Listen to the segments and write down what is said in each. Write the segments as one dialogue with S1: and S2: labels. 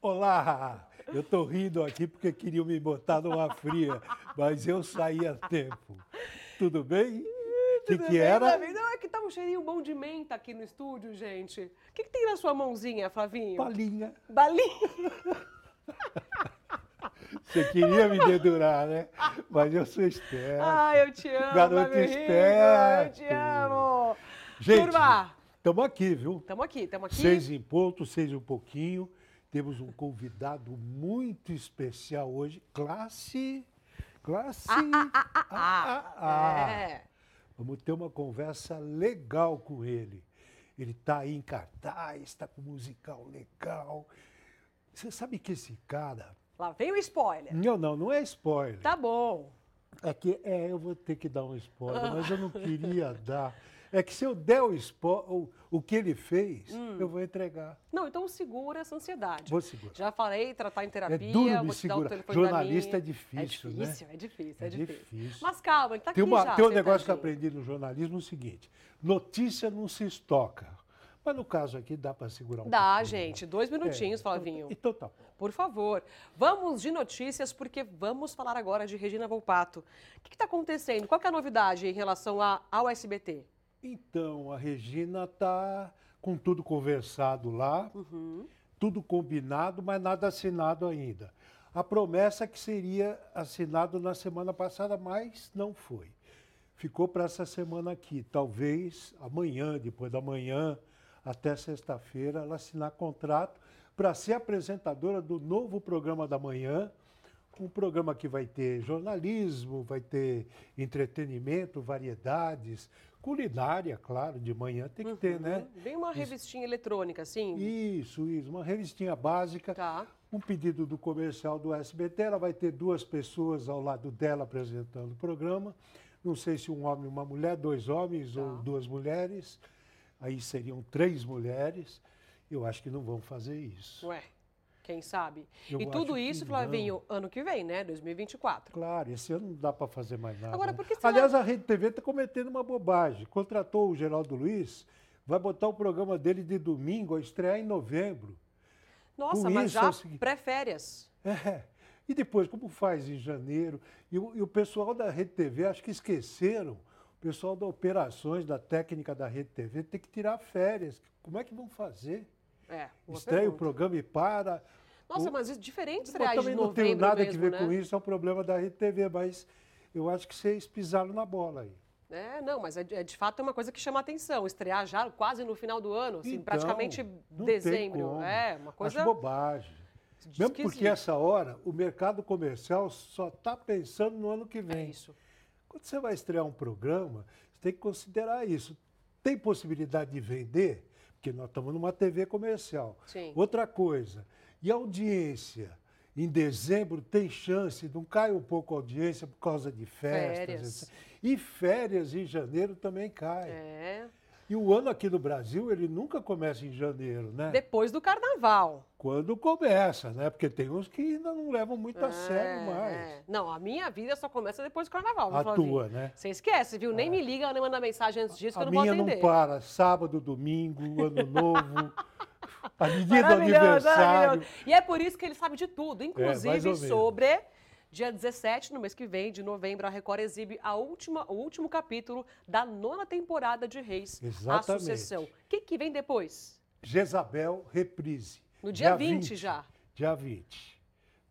S1: Olá! Eu tô rindo aqui porque queriam me botar numa fria, mas eu saí a tempo. Tudo bem? O que,
S2: Tudo
S1: que
S2: bem,
S1: era?
S2: Flavinho? Não, é que tá um cheirinho bom de menta aqui no estúdio, gente. O que, que tem na sua mãozinha, Flavinho?
S1: Palinha.
S2: Balinha.
S1: Você queria me dedurar, né? Mas eu sou esperto.
S2: Ai, eu te amo,
S1: Garoto
S2: Fábio Rico, Eu
S1: esperto.
S2: te amo.
S1: Gente,
S2: Turma,
S1: estamos aqui, viu?
S2: tamo aqui, tamo aqui.
S1: Seis em ponto, seis e um pouquinho. Temos um convidado muito especial hoje. Classe. Classe. Ah, ah, ah.
S2: ah, É.
S1: Vamos ter uma conversa legal com ele. Ele está aí em cartaz, está com musical legal. Você sabe que esse cara.
S2: Lá vem o spoiler.
S1: Não, não, não é spoiler.
S2: Tá bom.
S1: É que é, eu vou ter que dar um spoiler, mas eu não queria dar. É que se eu der o spoiler, o, o que ele fez,
S2: Hum.
S1: eu vou entregar.
S2: Não, então segura essa ansiedade.
S1: Vou segurar.
S2: Já falei, tratar em terapia,
S1: É duro me
S2: vou te dar o
S1: segurar.
S2: telefone
S1: Jornalista
S2: da
S1: é
S2: minha.
S1: difícil,
S2: é
S1: né?
S2: difícil, É difícil, é
S1: É
S2: difícil.
S1: difícil.
S2: Mas calma, ele tá
S1: Tem,
S2: aqui
S1: uma-
S2: já,
S1: tem um negócio que eu
S2: sentadinho.
S1: aprendi no jornalismo, o seguinte: notícia não se estoca. Mas no caso aqui dá para segurar um
S2: Dá,
S1: pouquinho.
S2: gente, dois minutinhos, Flavinho.
S1: Então tá bom.
S2: Por favor, vamos de notícias, porque vamos falar agora de Regina Volpato. O que está acontecendo? Qual que é a novidade em relação a, ao SBT?
S1: Então, a Regina tá com tudo conversado lá, tudo combinado, mas nada assinado ainda. A promessa que seria assinado na semana passada, mas não foi. Ficou para essa semana aqui, talvez amanhã, depois da manhã, até sexta-feira, ela assinar contrato para ser apresentadora do novo programa da manhã, um programa que vai ter jornalismo, vai ter entretenimento, variedades, culinária, claro, de manhã tem que
S2: Uhum.
S1: ter, né?
S2: Vem uma revistinha eletrônica, assim?
S1: Isso, isso, uma revistinha básica.
S2: Tá.
S1: Um pedido do comercial do SBT, ela vai ter duas pessoas ao lado dela apresentando o programa. Não sei se um homem e uma mulher, dois homens
S2: Tá.
S1: ou duas mulheres. Aí seriam três mulheres. Eu acho que não vão fazer isso.
S2: Ué, quem sabe?
S1: Eu
S2: e
S1: acho
S2: tudo
S1: que
S2: isso,
S1: não.
S2: Flavinho, ano que vem, né? 2024.
S1: Claro, esse ano não dá para fazer mais nada.
S2: Agora,
S1: né?
S2: por que será-
S1: Aliás, a Rede TV está cometendo uma bobagem. Contratou o Geraldo Luiz, vai botar o programa dele de domingo a estrear em novembro.
S2: Nossa,
S1: Com
S2: mas
S1: isso, é
S2: já
S1: o seguinte-
S2: pré-férias.
S1: É. E depois, como faz em janeiro? E o, e o pessoal da Rede TV, acho que esqueceram, o pessoal da operações, da técnica da Rede TV, tem que tirar férias. Como é que vão fazer?
S2: É, boa
S1: Estreia o
S2: pergunta.
S1: programa e para.
S2: Nossa,
S1: o-
S2: mas isso- é diferente
S1: Eu
S2: será de
S1: também não
S2: novembro
S1: tenho nada
S2: mesmo,
S1: que ver
S2: né?
S1: com isso, é um problema da Rede TV, mas eu acho que vocês pisaram na bola aí.
S2: É, não, mas é, de- é de fato é uma coisa que chama atenção. Estrear já quase no final do ano, assim,
S1: Então,
S2: praticamente
S1: não tem
S2: dezembro.
S1: como.
S2: É, uma coisa.
S1: Acho bobagem. Mesmo porque assim
S2: esquisita.
S1: essa hora o mercado comercial só está pensando no ano que
S2: É
S1: vem.
S2: isso.
S1: Quando você vai estrear um programa, você tem que considerar isso. Tem possibilidade de vender? Porque nós estamos numa TV comercial.
S2: Sim.
S1: Outra coisa, e a audiência? Em dezembro tem chance, não cai um pouco a audiência por causa de festas.
S2: Férias.
S1: etc. E férias em janeiro também cai.
S2: É.
S1: E o ano aqui no Brasil, ele nunca começa em janeiro, né?
S2: É. Depois do carnaval.
S1: Quando começa, né? Porque tem uns que ainda não levam muito a Tá sério
S2: É,
S1: mais.
S2: é. Não, a minha vida só começa depois do carnaval. viu,
S1: A
S2: Flavinho?
S1: tua, né?
S2: Você esquece, viu? Nem me liga, nem manda mensagem antes disso
S1: a
S2: que eu não
S1: minha
S2: vou
S1: não
S2: atender.
S1: para. Sábado, domingo, ano novo. A menina do
S2: Maravilhoso,
S1: aniversário. É,
S2: maravilhoso. E é por isso que ele sabe de tudo,
S1: mais
S2: inclusive
S1: ou menos.
S2: sobre dia 17, no mês que vem, de novembro, a Record exibe a última, o último capítulo da nona temporada de Reis, a
S1: Exatamente.
S2: sucessão. O que, que vem depois?
S1: Jezabel, reprise.
S2: No dia 20 já.
S1: Dia 20.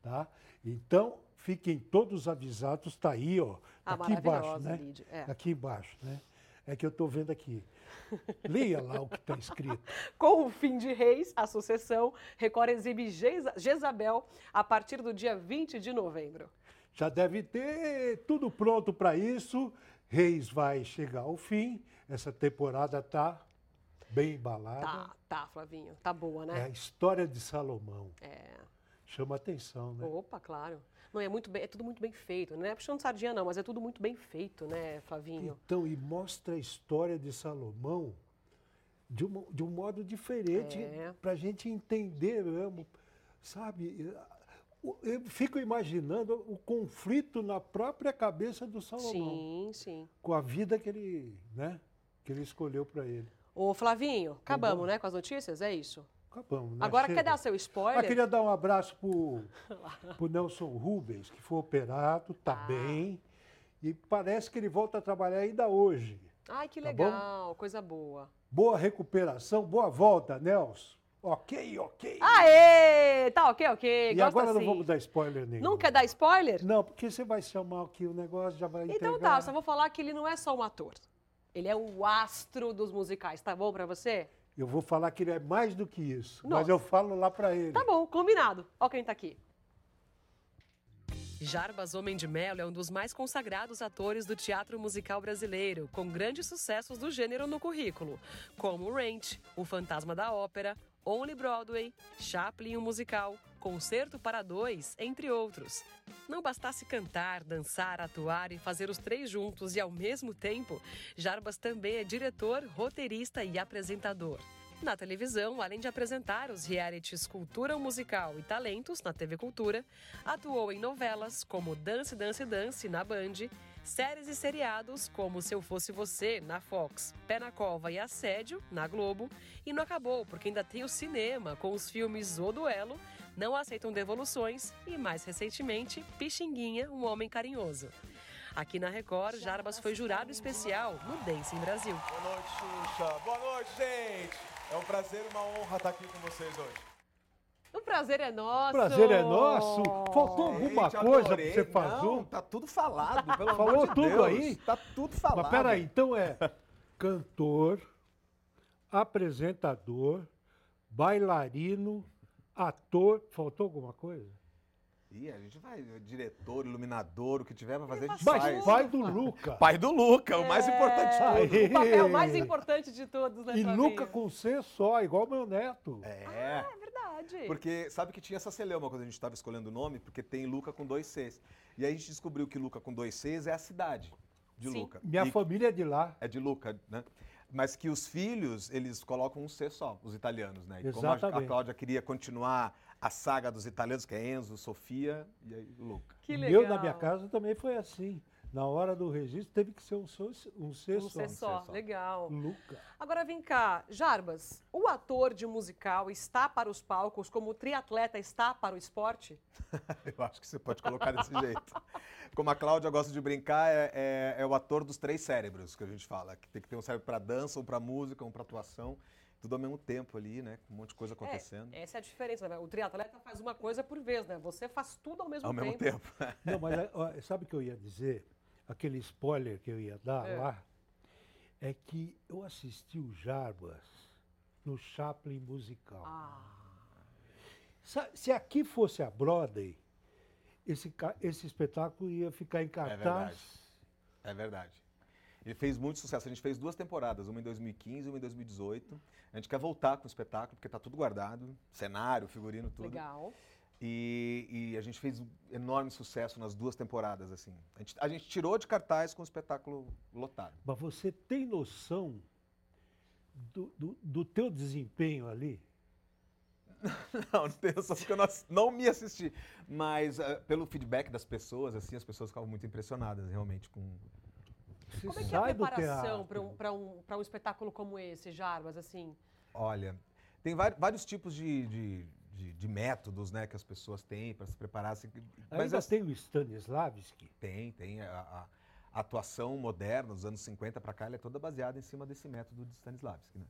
S1: Tá? Então, fiquem todos avisados. Está aí, ó.
S2: Ah,
S1: aqui embaixo,
S2: maravilhosa,
S1: né?
S2: Lídia, é.
S1: Aqui embaixo, né? É que eu estou vendo aqui. Leia lá o que está escrito.
S2: Com o fim de Reis, a sucessão, Record exibe Jeza- Jezabel a partir do dia 20 de novembro.
S1: Já deve ter tudo pronto para isso. Reis vai chegar ao fim. Essa temporada tá bem embalada.
S2: Tá, tá, Flavinho, tá boa,
S1: É a
S2: né?
S1: história de Salomão.
S2: é.
S1: Chama atenção, né?
S2: Opa, claro. Não, é muito bem, é tudo muito bem feito. Não é puxando sardinha, não, mas é tudo muito bem feito, né, Flavinho?
S1: Então, e mostra a história de Salomão de um, de um modo diferente,
S2: É.
S1: para a gente entender mesmo, sabe? Eu- Eu fico imaginando o conflito na própria cabeça do Salomão,
S2: Sim, sim.
S1: com a vida que ele, né, que ele escolheu para ele.
S2: Ô, Flavinho, acabamos, né, com as notícias? É isso?
S1: Acabamos, né?
S2: Agora,
S1: Chega.
S2: quer dar seu
S1: Eu
S2: spoiler?
S1: queria dar um abraço pro, pro Nelson Rubens, que foi operado, tá
S2: Ah.
S1: bem. E parece que ele volta a trabalhar ainda hoje.
S2: Ai, que
S1: Tá bom?
S2: legal, coisa boa.
S1: Boa recuperação, boa volta, Nelson. Ok, ok.
S2: Aê! Tá ok, ok.
S1: e
S2: gosto
S1: agora
S2: Ah, assim.
S1: não vamos dar spoiler nenhum.
S2: Não quer dar spoiler?
S1: Não, porque você vai chamar aqui o negócio, já vai
S2: Então tá,
S1: entregar.
S2: eu só vou falar que ele não é só um ator. Ele é o astro dos musicais, tá bom pra você?
S1: Eu vou falar que ele é mais do que isso, mas
S2: Nossa.
S1: eu falo lá pra ele.
S2: Tá bom, combinado. Ó quem tá aqui. Jarbas Homem de Melo é um dos mais consagrados atores do teatro musical brasileiro, com grandes sucessos do gênero no currículo, como Rent, O Fantasma da Ópera, Only Broadway, Chaplin o Musical, Concerto para Dois, entre outros. Não bastasse cantar, dançar, atuar e fazer os três juntos e ao mesmo tempo, Jarbas também é diretor, roteirista e apresentador. Na televisão, além de apresentar os realities Cultura Musical e Talentos na TV Cultura, atuou em novelas como Dance, Dance, Dance na Band, séries e seriados como Se Eu Fosse Você na Fox, Pé na Cova e Assédio na Globo, e não acabou porque ainda tem o cinema com os filmes O Duelo, Não Aceitam Devoluções e, mais recentemente, Pixinguinha, Um Homem Carinhoso. Aqui na Record, Jarbas foi jurado especial no Dance em Brasil.
S3: Boa noite, Xuxa. Boa noite, gente. É um prazer e uma honra estar aqui com vocês hoje.
S2: O prazer é nosso.
S1: O prazer é nosso. Faltou alguma
S3: Gente,
S1: coisa pra
S3: adorei.
S1: você fazer?
S3: Não, tá tudo falado, pelo
S1: Falou
S3: amor de
S1: tudo
S3: Deus.
S1: aí?
S3: Tá tudo falado.
S1: Mas peraí, então é cantor, apresentador, bailarino, ator. Faltou alguma coisa?
S3: Ih, a gente vai, diretor, iluminador, o que tiver pra fazer, a gente
S2: Mas
S1: Mas
S3: faz.
S1: pai do Luca.
S3: Pai do Luca, o
S2: É.
S3: mais importante de tudo.
S1: Aê.
S2: O papel mais importante de todos, né,
S1: E
S2: Flavinho?
S1: Luca com C só, igual meu neto.
S3: É.
S2: É verdade.
S3: Porque sabe que tinha essa celeuma quando a gente estava escolhendo o nome, porque tem Luca com dois Cs. E aí a gente descobriu que Luca com dois Cs é a cidade de
S2: Sim.
S3: Luca.
S1: Minha
S3: E-
S1: família é de lá.
S3: É de Luca, né? Mas que os filhos, eles colocam um C só, os italianos, né? E como a- a,
S1: Exatamente.
S3: Cláudia queria continuar a saga dos italianos, que é Enzo, Sofia e aí Luca.
S2: Que legal.
S1: um Meu na minha casa também foi assim. Na hora do registro teve que ser um, só- um C
S2: Um
S1: só.
S2: ser só.
S3: só.
S2: Legal.
S1: Luca.
S2: Agora vem cá, Jarbas, o ator de musical está para os palcos como o triatleta está para o esporte?
S3: Eu acho que você pode colocar desse jeito. Como a Cláudia gosta de brincar, é, é- é o ator dos três cérebros que a gente fala. Que tem que ter um cérebro para dança, um para música, um para atuação. Tudo ao mesmo tempo ali, né? Com um monte de coisa acontecendo.
S2: Essa é a diferença, né? O triatleta faz uma coisa por vez, né? Você faz tudo ao mesmo
S3: ao
S2: tempo.
S3: mesmo tempo.
S1: Não, mas é, ó, sabe o que eu ia dizer? Aquele spoiler que eu ia dar
S2: É.
S1: lá é que eu assisti o Jarbas no Chaplin musical.
S2: Ah,
S1: Sa- Se aqui fosse a Broadway, esse, ca- esse espetáculo ia ficar em
S3: É verdade.
S1: cartaz.
S3: É verdade. Ele fez muito sucesso. A gente fez duas temporadas, uma em 2015 e uma em 2018. A gente quer voltar com o espetáculo, porque tá tudo guardado. Cenário, figurino, tudo.
S2: legal.
S3: E, e a gente fez um enorme sucesso nas duas temporadas, assim. A gente, a gente tirou de cartaz com o espetáculo lotado.
S1: Mas você tem noção do, do, do teu desempenho ali?
S3: Não, não tem noção, porque eu não, ass- não me assisti. Mas ah, pelo feedback das pessoas, assim, as pessoas ficavam muito impressionadas, realmente, com...
S1: Você
S2: Como é que é a
S1: sai do
S2: preparação
S1: teatro.
S2: para um, pra um, pra um espetáculo como esse, Jarbas, assim?
S3: Olha, tem vai- vários tipos de... de- de- de métodos, né, que as pessoas têm para se preparar. assim,
S1: Ainda
S3: as-
S1: tem o Stanislavski.
S3: Tem, tem. A, a- a atuação moderna, dos anos 50 para cá, ela é toda baseada em cima desse método de Stanislavski, né?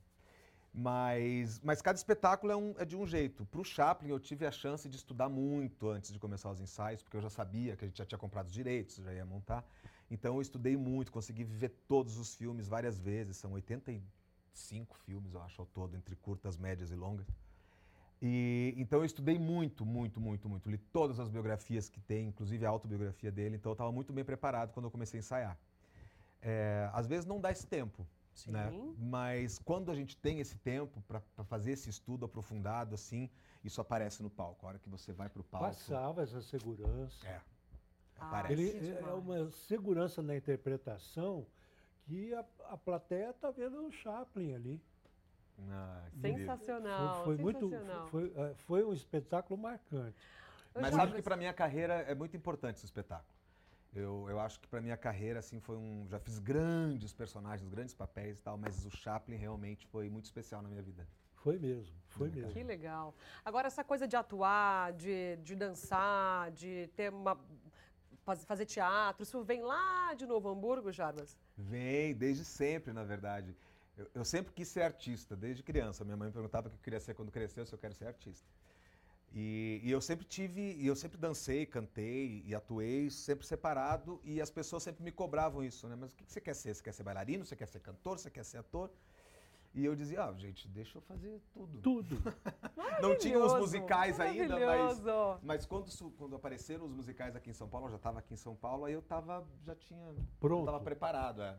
S3: Mas, mas cada espetáculo é, um- é de um jeito. Para o Chaplin, eu tive a chance de estudar muito antes de começar os ensaios, porque eu já sabia que a gente já tinha comprado os direitos, já ia montar. Então eu estudei muito, consegui ver todos os filmes várias vezes. São 85 filmes, eu acho, ao todo, entre curtas, médias e longas. E então eu estudei muito, muito, muito, muito. Li todas as biografias que tem, inclusive a autobiografia dele. Então eu estava muito bem preparado quando eu comecei a ensaiar. É, às vezes não dá esse tempo, né?
S2: Sim.
S3: Mas quando a gente tem esse tempo para fazer esse estudo aprofundado, assim, isso aparece no palco. A hora que você vai para o palco,
S1: Passava essa segurança.
S3: é,
S2: Ah,
S3: aparece.
S1: Ele
S2: que
S1: é- é
S2: demais.
S1: uma segurança na interpretação que a, a plateia está vendo o Chaplin ali.
S3: Ah, que lindo.
S2: Sensacional,
S1: foi, foi muito,
S2: sensacional.
S1: foi, eh, foi um espetáculo marcante.
S2: Eu
S3: Mas
S2: já-
S3: sabe que para minha carreira é muito importante esse espetáculo. Eu, eu acho que para minha carreira assim foi um, já fiz grandes personagens, grandes papéis e tal, mas o Chaplin realmente foi muito especial na minha vida.
S1: Foi mesmo, foi
S3: Legal.
S1: mesmo.
S2: Que legal. Agora, essa coisa de atuar, de, de dançar, de ter uma. faz- fazer teatro, isso vem lá de Novo Hamburgo, Jarbas?
S3: Vem, desde sempre, na verdade. Eu, eu sempre quis ser artista, desde criança. Minha mãe me perguntava o que eu queria ser quando cresceu, se eu quero ser artista. E, e eu sempre tive, e eu sempre dancei, cantei e atuei, sempre separado, e as pessoas sempre me cobravam isso, né? Mas o que, que você quer ser? Você quer ser bailarino? Você quer ser cantor? Você quer ser ator? E eu dizia, ah, gente, deixa eu fazer tudo.
S1: Tudo.
S3: Não tinha os
S2: Maravilhoso,
S3: musicais ainda, mas
S2: maravilhoso.
S3: mas quando, su- quando apareceram os musicais aqui em São Paulo, eu já estava aqui em São Paulo, aí eu tava, já tinha. Eu
S1: Pronto.
S3: tava preparado, é.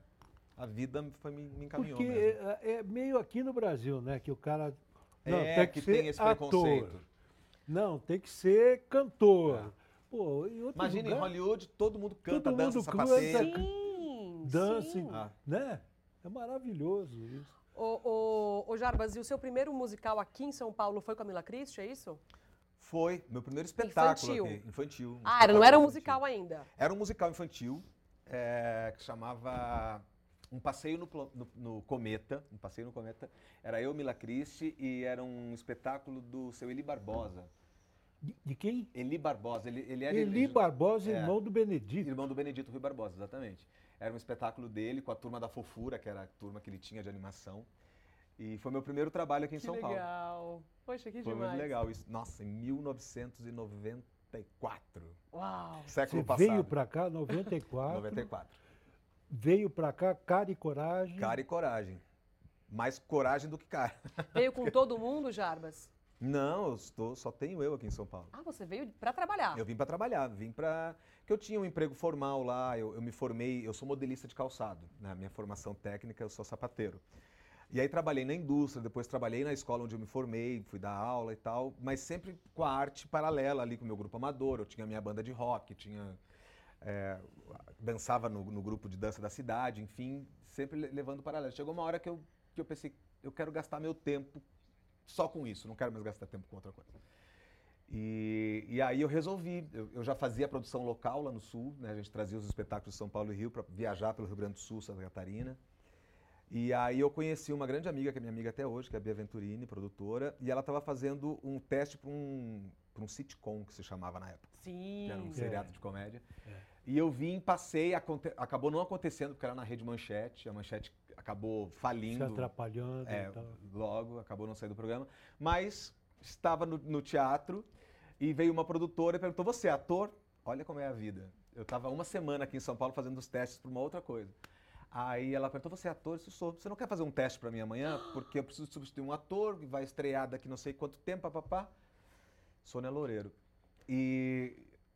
S3: A vida me foi, me, me encaminhou.
S1: Porque
S3: mesmo.
S1: é, é meio aqui no Brasil, né? Que o cara. Não,
S3: é
S1: tem que,
S3: que,
S1: ser
S3: tem esse
S1: ator.
S3: preconceito.
S1: Não, tem que ser cantor.
S3: É.
S1: Pô, em outro
S3: Imagina em
S1: lugar,
S3: Hollywood, todo mundo canta,
S1: Todo
S3: dança,
S1: mundo
S3: sapateia.
S1: canta.
S2: Sim!
S1: dança,
S2: sim.
S3: Ah.
S1: né? É maravilhoso isso.
S2: Ô, ô, ô, Jarbas, e o seu primeiro musical aqui em São Paulo foi com a Mila Christie, é isso?
S3: Foi meu primeiro espetáculo
S2: Infantil.
S3: aqui, infantil. um
S2: Ah, era, não era um
S3: espetáculo
S2: musical ainda.
S3: infantil. Era um musical infantil é, que chamava Um Passeio no, Plo- no- no Cometa. Um Passeio no Cometa. Era eu, Mila Christie, e era um espetáculo do seu Eli Barbosa.
S1: De, de quem?
S3: Eli Barbosa, ele, ele é era
S1: Eli Barbosa,
S3: é.
S1: irmão do Benedito.
S3: Irmão do Benedito Rui Barbosa, exatamente. Era um espetáculo dele com a turma da Fofura, que era a turma que ele tinha de animação. E foi meu primeiro trabalho aqui em
S2: que
S3: São Paulo.
S2: legal. Poxa, que
S3: Foi
S2: demais.
S3: muito legal isso. Nossa, em 1994.
S2: Uau.
S3: Século
S1: Você
S3: passado.
S1: veio pra cá, 94,
S3: 94.
S1: veio pra cá, cara e coragem.
S3: Cara e coragem. Mais coragem do que cara.
S2: Veio com todo mundo, Jarbas?
S3: Não, eu estou, só tenho eu aqui em São Paulo.
S2: Ah, você veio pra trabalhar.
S3: Eu vim para trabalhar, vim para que eu tinha um emprego formal lá, eu, eu me formei, eu sou modelista de calçado, na minha formação técnica eu sou sapateiro. E aí trabalhei na indústria, depois trabalhei na escola onde eu me formei, fui dar aula e tal, mas sempre com a arte paralela ali com o meu grupo amador, eu tinha minha banda de rock, tinha é, dançava no, no grupo de dança da cidade, enfim, sempre le- levando paralelo. Chegou uma hora que eu, que eu pensei, eu quero gastar meu tempo só com isso, não quero mais gastar tempo com outra coisa. E, e aí eu resolvi, eu, eu já fazia produção local lá no Sul, né? a gente trazia os espetáculos de São Paulo e Rio para viajar pelo Rio Grande do Sul, Santa Catarina. E aí eu conheci uma grande amiga, que é minha amiga até hoje, que é a Bia Venturini, produtora, e ela estava fazendo um teste para um, pra um sitcom que se chamava na época
S2: Sim.
S3: que era um
S1: É.
S3: seriado de comédia.
S1: É.
S3: E eu vim, passei, aconte- acabou não acontecendo, porque era na rede Manchete, a Manchete acabou
S1: se
S3: falindo
S1: atrapalhando
S3: é,
S1: e tal.
S3: logo, acabou não saindo do programa, mas estava no, no teatro e veio uma produtora e perguntou, você é ator? Olha como é a vida. Eu estava uma semana aqui em São Paulo fazendo os testes para uma outra coisa. Aí ela perguntou, você é ator? Isso sou. Você não quer fazer um teste para mim amanhã? Porque eu preciso substituir um ator que vai estrear daqui não sei quanto tempo, papapá. Sônia Loureiro. E,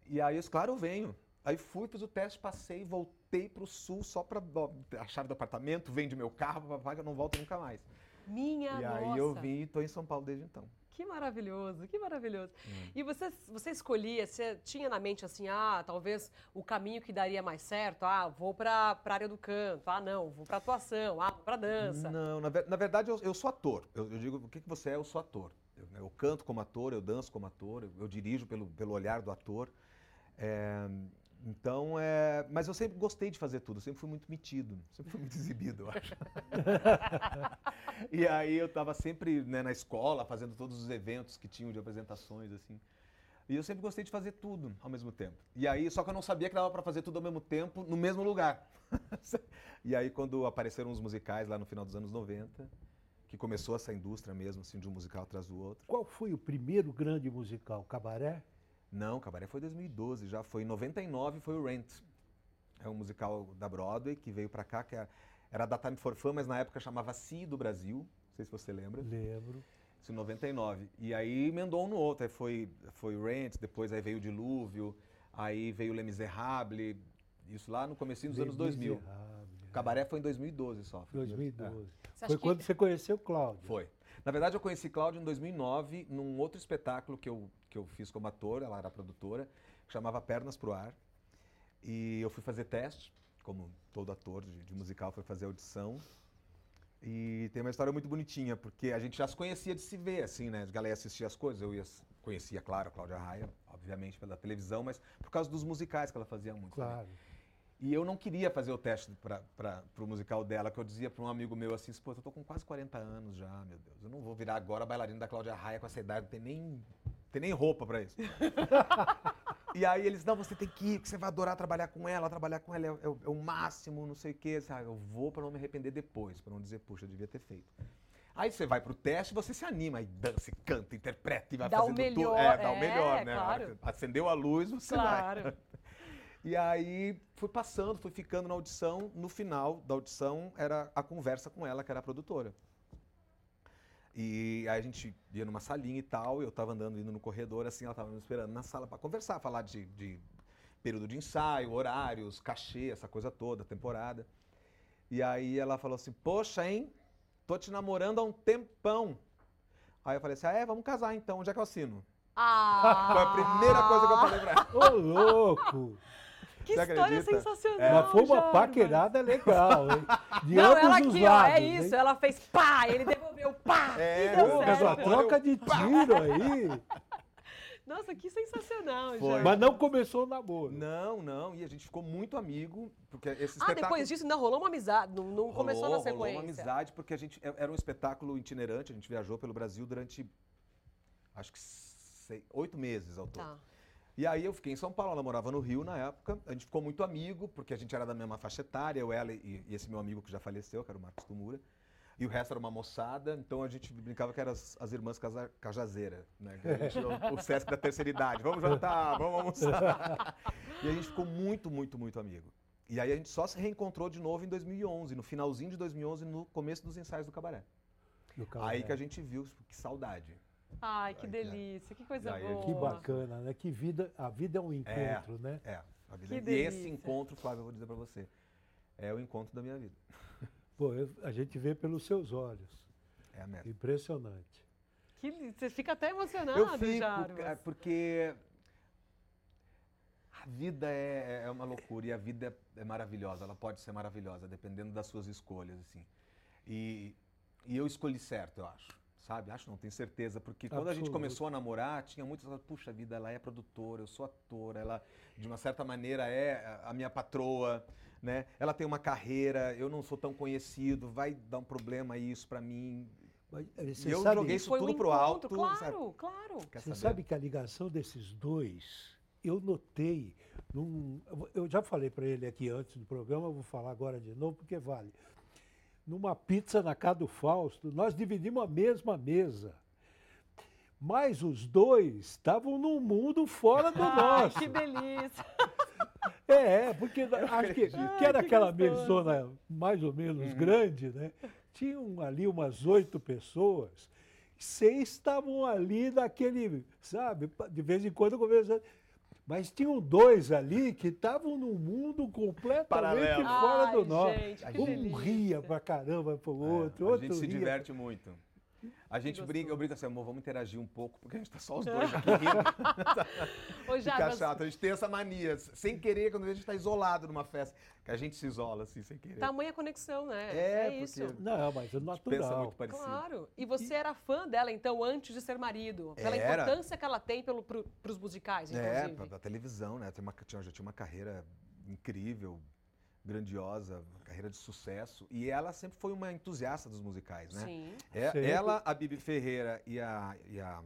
S3: e aí, eu disse, claro, eu venho. Aí fui, fiz o teste, passei, voltei pro sul só pra dó- a chave do apartamento, vende meu carro, papai, eu não volto nunca mais.
S2: Minha
S3: e
S2: nossa.
S3: aí eu vim e tô em São Paulo desde então.
S2: Que maravilhoso, que maravilhoso.
S3: Hum.
S2: E você, você escolhia, você tinha na mente assim, ah, talvez o caminho que daria mais certo, ah, vou pra, pra área do canto, ah, não, vou pra atuação, ah, vou pra dança.
S3: Não, na, ver- na verdade eu, eu sou ator. Eu, eu digo, o que, que você é? Eu sou ator. Eu, né, eu canto como ator, eu danço como ator, eu, eu dirijo pelo, pelo olhar do ator. É, então, é, mas eu sempre gostei de fazer tudo, eu sempre fui muito metido, sempre fui muito exibido, eu acho. e aí eu estava sempre né, na escola, fazendo todos os eventos que tinham de apresentações, assim. E eu sempre gostei de fazer tudo ao mesmo tempo. E aí, só que eu não sabia que dava para fazer tudo ao mesmo tempo, no mesmo lugar. E aí, quando apareceram os musicais lá no final dos anos 90, que começou essa indústria mesmo, assim, de um musical atrás do outro.
S1: Qual foi o primeiro grande musical? Cabaré?
S3: Não, Cabaré foi 2012, já foi em 99 foi o Rent. É um musical da Broadway que veio pra cá, que era, era da Time for Fun, mas na época chamava Si do Brasil, não sei se você lembra,
S1: Lembro.
S3: isso em 99. E aí emendou um no outro, aí foi, foi Rent, depois aí veio o Dilúvio, aí veio Les Miserables, isso lá no comecinho dos anos 2000. O Cabaré foi em 2012 só. foi o primeiro. É.
S1: 2012.
S2: Você acha
S1: Foi
S2: que-
S1: quando você conheceu o Cláudio.
S3: Foi. Na verdade, eu conheci Cláudio em 2009, num outro espetáculo que eu, que eu fiz como ator, ela era produtora, que chamava Pernas pro Ar. E eu fui fazer teste, como todo ator de, de musical foi fazer audição. E tem uma história muito bonitinha, porque a gente já se conhecia de se ver, assim, né? A galera assistia as coisas, eu ia, conhecia, claro, a Cláudia Raia, obviamente, pela televisão, mas por causa dos musicais que ela fazia muito. né? também.
S1: Claro.
S3: E eu não queria fazer o teste para o musical dela, que eu dizia para um amigo meu assim, pô, eu tô com quase 40 anos já, meu Deus, eu não vou virar agora bailarina da Cláudia Raia com essa idade, não tem nem, tem nem roupa para isso. e aí eles, não, você tem que ir, que você vai adorar trabalhar com ela, trabalhar com ela é, é o, é o máximo, não sei o quê. Sabe? Eu vou para não me arrepender depois, para não dizer, puxa, eu devia ter feito. Aí você vai pro teste, você se anima e dança, e canta, interpreta e vai
S4: Dá o
S3: fazendo tudo.
S4: melhor,
S3: É, dá o
S4: é,
S3: melhor, né? A hora
S4: claro.
S3: que Acendeu a luz, você vai.
S4: Claro.
S3: E aí fui passando, fui ficando na audição. No final da audição era a conversa com ela, que era a produtora. E aí a gente ia numa salinha e tal, eu tava andando, indo no corredor, assim, ela tava me esperando na sala para conversar, falar de, de período de ensaio, horários, cachê, essa coisa toda, temporada. E aí ela falou assim, poxa, hein, tô te namorando há um tempão. Aí eu falei assim, ah é, vamos casar então, onde é que eu assino?
S4: Ah,
S3: Foi a primeira coisa que eu falei pra ela.
S1: Ô, louco!
S4: Que
S3: Você
S4: história
S3: acredita? É.
S4: sensacional.
S1: Mas foi uma
S4: Jarba.
S1: paquerada legal, hein? De
S4: Não,
S1: ambos
S4: ela
S1: os
S4: aqui, ó,
S1: lados.
S4: é isso. Ela fez pá, ele devolveu pá.
S3: É,
S4: e deu
S1: Hein?
S4: certo.
S1: Essa
S3: sério.
S1: troca de tiro aí.
S4: Nossa, que sensacional,
S3: Foi.
S4: Jorge.
S1: Mas não começou o namoro.
S3: Não, não, e a gente ficou muito amigo, porque esse
S4: Ah,
S3: espetáculo...
S4: depois disso, não, rolou uma amizade. Não, não começou na
S3: rolou,
S4: sequência.
S3: rolou uma amizade, porque a gente é- era um espetáculo itinerante, a gente viajou pelo Brasil durante, acho que sei- oito meses ao todo.
S4: Tá.
S3: E aí eu fiquei em São Paulo, ela morava no Rio na época, a gente ficou muito amigo, porque a gente era da mesma faixa etária, eu, ela e, e esse meu amigo que já faleceu, que era o Marcos Tumura, e o resto era uma moçada, então a gente brincava que eram as, as irmãs casa, Cajazeira, né? Que a gente, o, o Sesc da terceira idade, vamos jantar, vamos almoçar. E a gente ficou muito, muito, muito amigo. E aí a gente só se reencontrou de novo em 2011, no finalzinho de 2011, no começo dos ensaios do Cabaré.
S1: No caso,
S3: Aí
S1: né?
S3: que a gente viu, que saudade.
S4: Ai, que
S3: Ai,
S4: delícia. Que coisa
S3: Daí, é
S4: boa.
S1: Que bacana, né? Que vida, a vida é um encontro, né?
S3: É, a vida.
S4: Que
S3: e esse
S4: delícia.
S3: encontro, Flávio, eu vou dizer pra você, é o encontro da minha vida.
S1: Pô, eu- a gente vê pelos seus olhos.
S3: É a meta.
S1: Impressionante.
S4: Que li- Você fica até emocionado,
S3: Eu fico,
S4: Jarbas.
S3: cara, porque a vida é, é uma loucura e a vida é, é maravilhosa. Ela pode ser maravilhosa, dependendo das suas escolhas, assim. E, e eu escolhi certo, eu acho. Sabe? Acho, não tenho certeza, porque quando a gente
S1: Absoluto.
S3: começou a namorar, tinha muitas coisas, puxa vida, ela é produtora, eu sou ator, ela, de uma certa maneira, é a- a minha patroa, né? Ela tem uma carreira, eu não sou tão conhecido, vai dar um problema isso pra mim.
S1: Mas, eh, você
S3: E eu
S1: sabe,
S3: joguei isso
S4: Foi um
S3: tudo pro
S4: encontro,
S3: alto.
S4: Claro, claro.
S3: Quer
S1: você
S3: saber?
S1: sabe que a ligação desses dois, eu notei. num- eu já falei para ele aqui antes do programa, eu vou falar agora de novo, porque vale. Numa pizza na casa do Fausto, nós dividimos a mesma mesa. Mas os dois estavam num mundo fora do
S4: Ai,
S1: nosso.
S4: que delícia.
S1: É, é, porque na- acho que, que
S3: Ah,
S1: era
S4: Ai, que
S1: aquela
S4: gostoso.
S1: mesona mais ou menos
S3: Uhum.
S1: grande, né? Tinham ali umas oito pessoas, seis estavam ali naquele, sabe, pa- de vez em quando conversando. Mas tinham dois ali que estavam num mundo completamente
S3: Paralelo.
S1: fora do
S4: Ai,
S1: nosso.
S4: gente, que
S1: um
S4: delícia.
S1: ria pra caramba pro
S3: É,
S1: outro,
S3: a
S1: outro
S3: gente se
S1: ria.
S3: diverte muito. A gente
S4: gostoso.
S3: briga, eu brinco assim, amor, vamos interagir um pouco, porque a gente tá só os dois aqui rindo,
S4: Ô,
S3: fica
S4: Jarbas,
S3: chato. A gente tem essa mania, s- sem querer, quando a gente tá isolado numa festa, que a gente se isola assim, sem querer.
S4: tamanha conexão, né?
S3: É,
S4: isso.
S3: porque-
S1: Não, mas é
S3: a gente pensa
S1: natural.
S3: muito parecido.
S4: Claro. E você era fã dela, então, antes de ser marido. Pela
S3: Era.
S4: importância que ela tem pelo, pro, pros musicais,
S3: É,
S4: inclusive.
S3: pra- da televisão, né? Tem uma, tinha, já tinha uma carreira incrível, grandiosa, uma carreira de sucesso. E ela sempre foi uma entusiasta dos musicais, né?
S4: Sim.
S3: É-
S1: Sempre.
S3: ela, a Bibi Ferreira e a, e a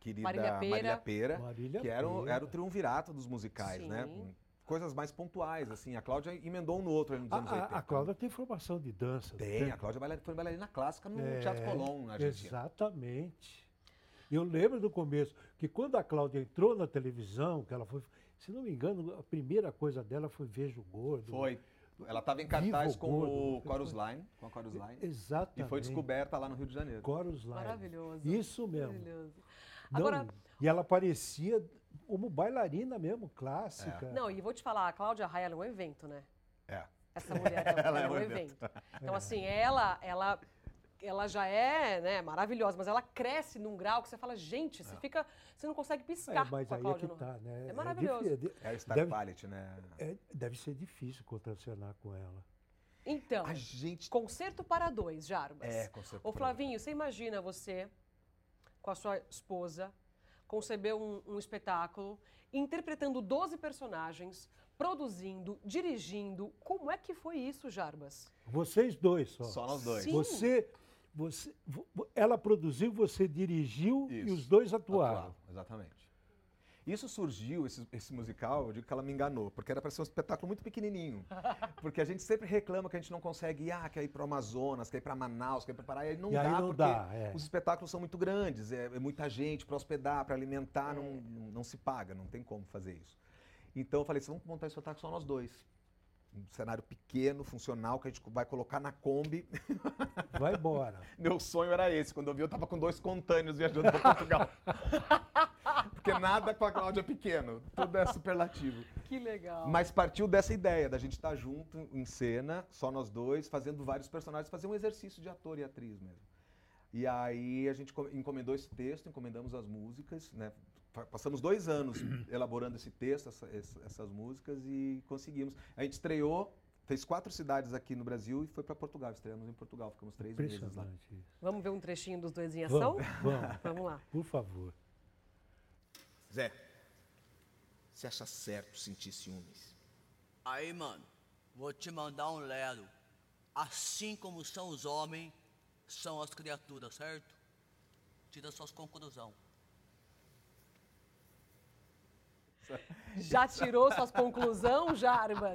S3: querida
S4: Marília Pera.
S3: Marília Pera
S1: Marília
S3: né? que era, o-
S1: Pera.
S3: era o triunvirato dos musicais, né?
S4: Sim.
S3: Coisas mais pontuais, assim. A Cláudia emendou um no outro ali nos
S1: A,
S3: anos
S1: a-
S3: 80.
S1: a Cláudia tem formação de dança. não
S3: Tem, a Cláudia é baila- foi bailarina clássica no
S1: É,
S3: Teatro Colón, na Argentina.
S1: Exatamente. Eu lembro do começo, que quando a Cláudia entrou na televisão, que ela foi, se não me engano, a primeira coisa dela foi Vejo Gordo.
S3: Foi. Ela estava em
S1: Viva
S3: cartaz
S1: o
S3: com
S1: Gordo. né?
S3: o Chorus Line, com a Chorus Line, e
S1: Exatamente.
S3: foi descoberta lá no Rio de Janeiro.
S1: Chorus Line.
S4: Maravilhoso.
S1: Isso mesmo.
S4: Maravilhoso.
S1: Não,
S4: Agora-
S1: E ela parecia como bailarina mesmo, clássica.
S4: Não, e vou te falar, a Cláudia Raia ela é um evento, né?
S3: É.
S4: Essa mulher ela, é um evento. Então, assim, ela, ela, ela já é né, maravilhosa, mas ela cresce num grau que você fala, gente, você fica. Você não consegue
S1: É, mas
S4: piscar com a
S1: aí é que
S4: Cláudia. não.
S1: tá, né?
S4: É maravilhoso.
S1: difí-
S3: É a Star
S1: Deve-
S3: Palette, né?
S1: é- deve ser difícil contracenar com ela.
S4: Então,
S3: A gente...
S4: concerto para dois, Jarbas.
S3: É, com certeza.
S4: Ô Flavinho, você imagina você com a sua esposa conceber um, um espetáculo interpretando 12 personagens, produzindo, dirigindo. Como é que foi isso, Jarbas?
S1: Vocês dois só.
S5: Só nós dois.
S4: Sim.
S1: Você, você, vo- vo- ela produziu, você dirigiu e
S5: Isso.
S1: os dois atuaram.
S3: Atuavam, exatamente. Isso surgiu, esse, esse musical, eu digo que ela me enganou, porque era para ser um espetáculo muito pequenininho. Porque a gente sempre reclama que a gente não consegue, ah, quer ir para o Amazonas, quer ir para Manaus, quer ir para Pará, e aí não
S1: E aí
S3: dá,
S1: não
S3: porque
S1: dá, é.
S3: os espetáculos são muito grandes, é, é muita gente para hospedar, para alimentar, não,
S1: É.
S3: não- não se paga, não tem como fazer isso. Então eu falei assim, vamos montar esse espetáculo só nós dois. Um cenário pequeno, funcional, que a gente vai colocar na Kombi.
S1: Vai embora.
S5: Meu sonho era esse. Quando eu vi, eu tava com dois contâneos viajando pra Portugal. Porque nada com a Cláudia é pequeno. Tudo é superlativo.
S4: Que legal.
S3: Mas partiu dessa ideia da gente estar junto em cena, só nós dois, fazendo vários personagens, fazer um exercício de ator e atriz mesmo. E aí a gente co- encomendou esse texto, encomendamos as músicas, né? Fa- Passamos dois anos elaborando esse texto, essa- essa- essas músicas e conseguimos. A gente estreou, fez quatro cidades aqui no Brasil e foi para Portugal. Estreamos em Portugal, ficamos três meses lá.
S1: Impressionante. isso.
S4: Vamos ver um trechinho dos dois em ação?
S1: Vamos, vamos,
S4: Vamos lá.
S1: por favor.
S6: Zé, você acha certo sentir ciúmes?
S7: Aí, mano, vou te mandar um lero. Assim como são os homens, são as criaturas, certo? Tira suas conclusões.
S4: Já tirou suas conclusões, Jarbas?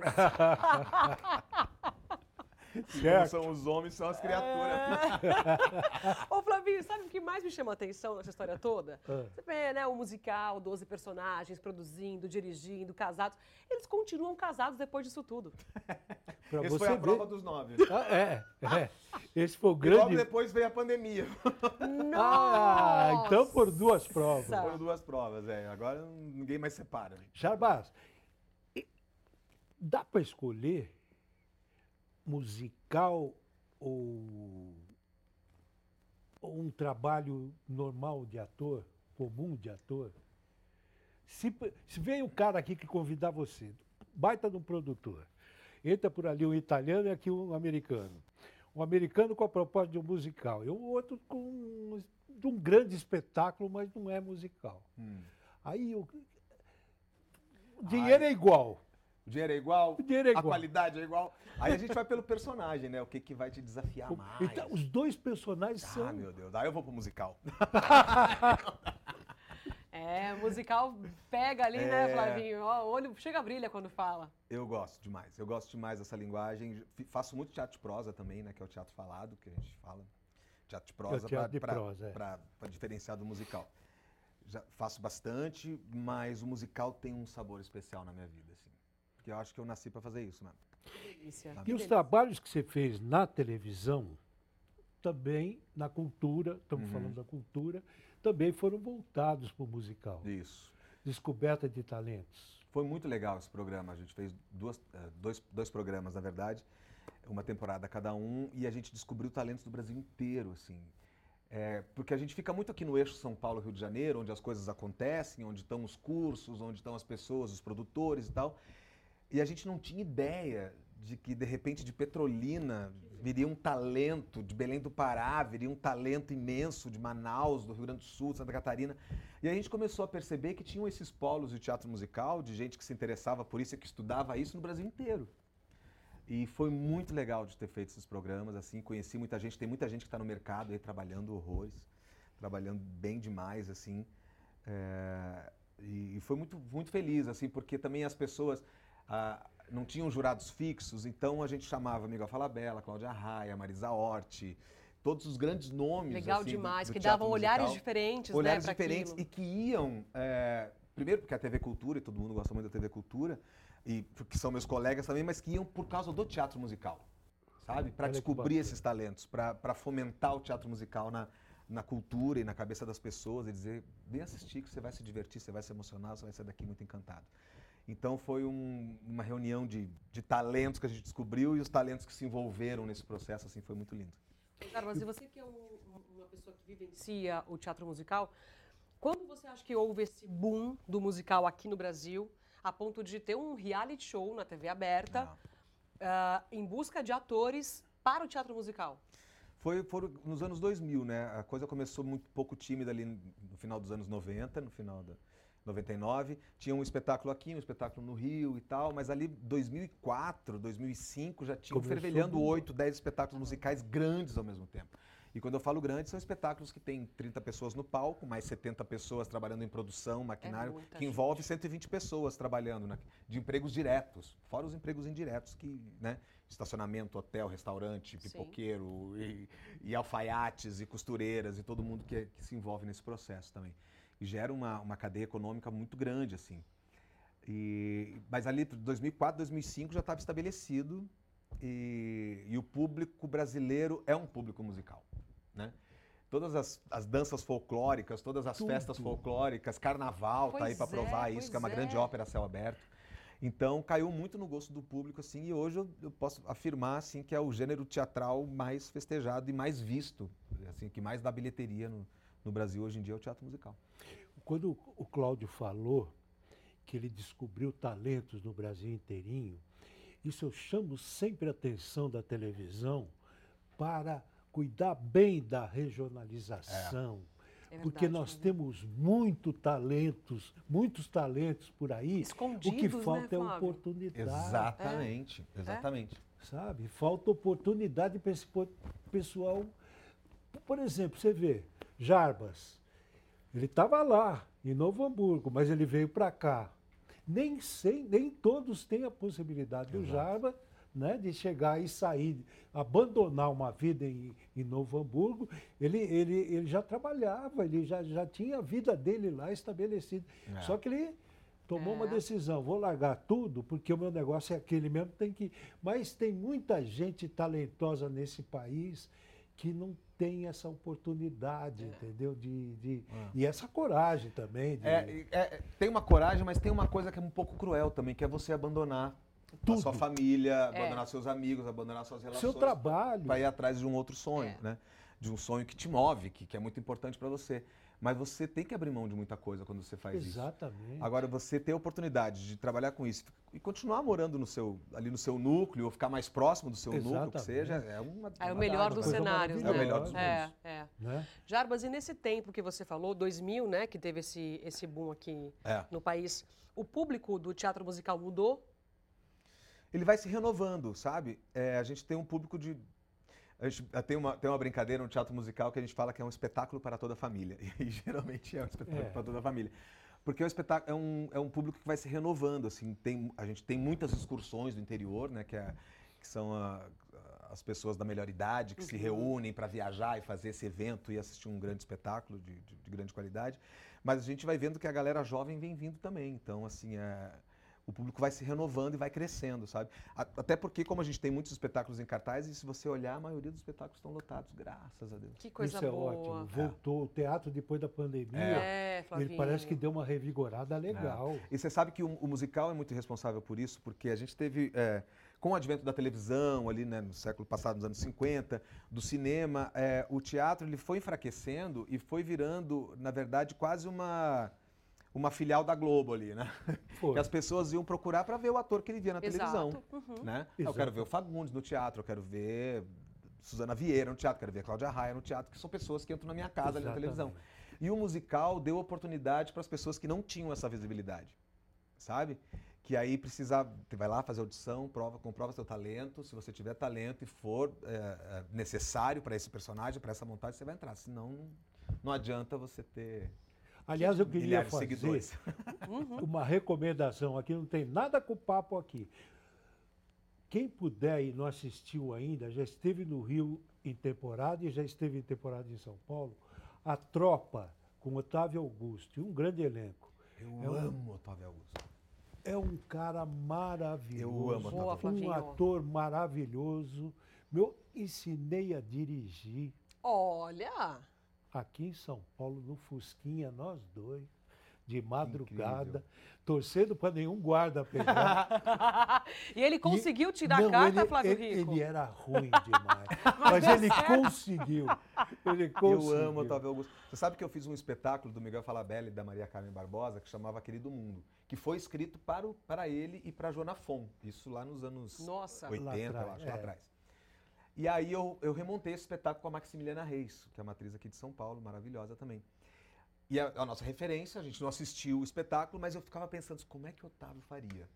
S5: Não
S1: Certo.
S5: são os homens, são as criaturas.
S4: Ô, Flavinho, sabe o que mais me chama a atenção nessa história toda?
S1: Ah.
S4: Você vê, né, o musical, 12 personagens produzindo, dirigindo, casados. Eles continuam casados depois disso tudo.
S1: Pra
S5: Esse
S1: você
S5: foi a
S1: ver-
S5: prova dos nove.
S1: Ah, é, é. Esse foi o
S5: E logo
S1: grande.
S5: depois veio a pandemia.
S1: Ah, então por duas provas.
S4: Nossa!
S5: Foram duas provas, é. Agora ninguém mais separa.
S1: Jarbas, e- dá para escolher musical ou, ou um trabalho normal de ator, comum de ator? Se, p- se vem o cara aqui que convidar você, baita de um produtor, entra por ali um italiano e aqui um americano. Um americano com a proposta de um musical e o outro com um- de um grande espetáculo, mas não é musical. Aí o o dinheiro é igual.
S5: O dinheiro é igual,
S1: O dinheiro é
S5: a
S1: igual.
S5: qualidade é igual.
S3: Aí a gente vai pelo personagem, né? O que, que vai te desafiar
S1: O-
S3: mais.
S1: então, os dois personagens
S5: é Ah,
S1: são.
S5: meu Deus. Aí eu vou pro musical.
S4: É, musical pega ali, né, Flavinho? Ó, o olho chega a brilha quando fala.
S3: Eu gosto demais. Eu gosto demais dessa linguagem. Fi- Faço muito teatro de prosa também, né? Que é o teatro falado, que a gente fala. Teatro de prosa
S1: É teatro de prosa, é.
S3: para diferenciar do musical. Já faço bastante, mas o musical tem um sabor especial na minha vida, assim. Porque eu acho que eu nasci para fazer isso, né?
S4: Delícia.
S1: E os trabalhos que você fez na televisão, também na cultura, estamos
S5: Uhum.
S1: falando da cultura, também foram voltados para o musical.
S3: Isso.
S1: Descoberta de talentos.
S3: Foi muito legal esse programa. A gente fez duas, eh, dois, dois programas, na verdade, uma temporada cada um, e a gente descobriu talentos do Brasil inteiro, assim. É, porque a gente fica muito aqui no eixo São Paulo, Rio de Janeiro, onde as coisas acontecem, onde estão os cursos, onde estão as pessoas, os produtores e tal. E a gente não tinha ideia de que, de repente, de Petrolina viria um talento, de Belém do Pará viria um talento imenso, de Manaus, do Rio Grande do Sul, de Santa Catarina. E a gente começou a perceber que tinham esses polos de teatro musical, de gente que se interessava por isso e que estudava isso no Brasil inteiro. E foi muito legal de ter feito esses programas, assim, conheci muita gente, tem muita gente que está no mercado aí trabalhando horrores, trabalhando bem demais, assim. É, e, e foi muito, muito feliz, assim, porque também as pessoas ah, não tinham jurados fixos, então a gente chamava Miguel Falabella, Cláudia Raia, Marisa Hort, todos os grandes nomes,
S4: Legal
S3: assim, do-
S4: demais,
S3: do
S4: que
S3: teatro
S4: davam olhares
S3: musical
S4: diferentes,
S3: olhares
S4: né, pra
S3: diferentes
S4: aquilo.
S3: e que iam é, primeiro porque a TV Cultura e todo mundo gosta muito da TV Cultura e porque são meus colegas também, mas que iam por causa do teatro musical, sabe? Para
S1: Olha que
S3: descobrir
S1: bacana.
S3: esses talentos, para fomentar o teatro musical na na cultura e na cabeça das pessoas e dizer vem assistir que você vai se divertir, você vai se emocionar, você vai sair daqui muito encantado. Então foi um- uma reunião de, de talentos que a gente descobriu e os talentos que se envolveram nesse processo assim foi muito lindo.
S4: Jarbas, e você que é um- um- uma pessoa que vivencia o teatro musical, quando você acha que houve esse boom do musical aqui no Brasil, a ponto de ter um reality show na TV aberta,
S3: Ah.
S4: ah, em busca de atores para o teatro musical?
S3: Foi, foram nos anos 2000, né? A coisa começou muito pouco tímida ali no final dos anos 90, no final da, 99. Tinha um espetáculo aqui, um espetáculo no Rio e tal, mas ali 2004, 2005 já tinha
S1: Começou
S3: fervelhando
S1: bom.
S3: 8, 10 espetáculos musicais grandes ao mesmo tempo. E quando eu falo grandes, são espetáculos que tem 30 pessoas no palco, mais 70 pessoas trabalhando em produção, maquinário,
S4: muita
S3: que envolve 120 pessoas trabalhando né? na- de empregos diretos, fora os empregos indiretos que, né, estacionamento, hotel, restaurante,
S4: Sim.
S3: pipoqueiro e, e alfaiates e costureiras e todo mundo que, que se envolve nesse processo também. E gera uma, uma cadeia econômica muito grande, assim. E, mas ali, 2004, 2005, já estava estabelecido e, e o público brasileiro é um público musical, né? Todas as, as danças folclóricas, todas as festas folclóricas, carnaval, tá aí
S4: Pois
S3: para
S4: é,
S3: provar isso, que é uma
S4: pois
S3: grande
S4: é.
S3: ópera a céu aberto. Então caiu muito no gosto do público, assim, e hoje eu, eu posso afirmar assim que é o gênero teatral mais festejado e mais visto, assim, que mais dá bilheteria no, no Brasil hoje em dia é o teatro musical.
S1: Quando o Cláudio falou que ele descobriu talentos no Brasil inteirinho, isso eu chamo sempre a atenção da televisão para cuidar bem
S5: É.
S1: da regionalização.
S4: É
S1: porque
S4: verdade,
S1: nós
S4: né?
S1: temos muito talentos, muitos talentos por aí. o que
S4: Escondidos, né,
S1: falta é
S4: Flávio?
S1: oportunidade.
S3: Exatamente,
S4: É?
S3: exatamente.
S1: Sabe? Falta oportunidade para esse po- pessoal. Por exemplo, você vê, Jarbas, ele estava lá, em Novo Hamburgo, mas ele veio para cá. Nem, sem, nem todos têm a possibilidade do Jarbas né, de chegar e sair, abandonar uma vida em, em Novo Hamburgo. Ele, ele, ele já trabalhava, ele já, já tinha a vida dele lá estabelecida.
S3: É.
S1: Só que ele tomou uma
S4: É.
S1: decisão, vou largar tudo, porque o meu negócio é aquele mesmo, tem que. Mas tem muita gente talentosa nesse país que não tem essa
S4: É.
S1: oportunidade, entendeu? De, de- E essa coragem também. de-
S3: É, e- é, tem uma coragem, mas tem uma coisa que é um pouco cruel também, que é você abandonar
S1: Tudo.
S3: a sua família,
S4: É.
S3: abandonar seus amigos, abandonar suas relações.
S1: seu trabalho.
S3: Para ir atrás de um outro sonho,
S4: É.
S3: né? De um sonho que te move, que, que é muito importante para você. Mas você tem que abrir mão de muita coisa quando você faz isso.
S1: Exatamente.
S3: Agora, você ter a oportunidade de trabalhar com isso e continuar morando no seu, ali no seu núcleo, ou ficar mais próximo do seu núcleo, que
S1: Exatamente.
S3: seja, é uma.
S4: É
S3: uma
S4: o melhor
S3: dádiva,
S4: dos
S1: coisa
S3: né?
S4: cenários, né?
S1: maravilhosa.
S3: É o melhor dos
S4: É, é.
S1: né?
S4: Jarbas, e nesse tempo que você falou, 2000, né, que teve esse, esse boom aqui
S3: É.
S4: no país, o público do teatro musical mudou?
S3: ele vai se renovando, sabe? É, a gente tem um público de. A gente eh, tem uma, tem uma brincadeira no teatro musical que a gente fala que é um espetáculo para toda a família. E geralmente é um espetáculo
S1: É.
S3: para toda a família. Porque é um, espetáculo, é, um, é um público que vai se renovando. Assim, tem, a gente tem muitas excursões do interior, né? Que, é- que são a- as pessoas da melhor idade que se reúnem para viajar e fazer esse evento e assistir um grande espetáculo de, de- de grande qualidade. Mas a gente vai vendo que a galera jovem vem vindo também. Então, assim, é, o público vai se renovando e vai crescendo, sabe? A- Até porque, como a gente tem muitos espetáculos em cartaz, e se você olhar, a maioria dos espetáculos estão lotados, graças a Deus.
S4: Que coisa
S1: Isso é
S4: boa.
S1: ótimo. Voltou o teatro depois da pandemia.
S4: É,
S1: ele
S4: Flavinho.
S1: parece que deu uma revigorada legal.
S3: E você sabe que o, o musical é muito responsável por isso, porque a gente teve, é, com o advento da televisão, ali né, no século passado, nos anos 50, do cinema, é, o teatro ele foi enfraquecendo e foi virando, na verdade, quase uma, uma filial da Globo ali, né?
S1: Foi.
S3: Que as pessoas iam procurar para ver o ator que ele via na televisão.
S4: Exato. Uhum.
S3: né? Ah, Eu
S1: Exato.
S3: quero ver o Fagundes no teatro, eu quero ver Suzana Vieira no teatro, quero ver Cláudia Raia no teatro, que são pessoas que entram na minha casa ali na televisão. E o musical deu oportunidade para as pessoas que não tinham essa visibilidade, sabe? Que aí precisava, vai lá fazer audição, prova, comprova seu talento. Se você tiver talento e for é, é, necessário para esse personagem, para essa montagem, você vai entrar. Senão, não adianta você ter
S1: Aliás, eu queria
S3: milhares de
S1: fazer
S3: seguidores.
S1: uma recomendação aqui, não tem nada com papo aqui. Quem puder e não assistiu ainda, já esteve no Rio em temporada e já esteve em temporada em São Paulo, A Tropa, com Otávio Augusto, e um grande elenco.
S3: Eu
S1: um-
S3: amo Otávio Augusto.
S1: É um cara maravilhoso.
S3: Eu amo
S4: Boa, Flavinho.
S1: Um ator maravilhoso. Meu, ensinei a dirigir
S4: Olha!
S1: aqui em São Paulo, no Fusquinha, nós dois, de madrugada, torcendo para nenhum guarda pegar.
S4: e ele conseguiu tirar a
S1: Não,
S4: carta,
S1: ele- é-
S4: Flávio
S1: ele,
S4: Rico?
S1: Ele era ruim demais. mas ele conseguiu. Ele conseguiu.
S3: Eu amo Otávio Augusto. Você sabe que eu fiz um espetáculo do Miguel Falabella e da Maria Carmen Barbosa que chamava Querido Mundo, que foi escrito para, o- para ele e para Joana Fon. Isso lá nos anos
S4: Nossa.
S3: 80,
S1: Lá
S3: eu acho, lá
S1: atrás, é.
S3: atrás. E aí eu, eu remontei esse espetáculo com a Maximiliana Reis, que é uma atriz aqui de São Paulo, maravilhosa também. E a, a nossa referência, a gente não assistiu o espetáculo, mas eu ficava pensando, assim, como é que o Otávio faria?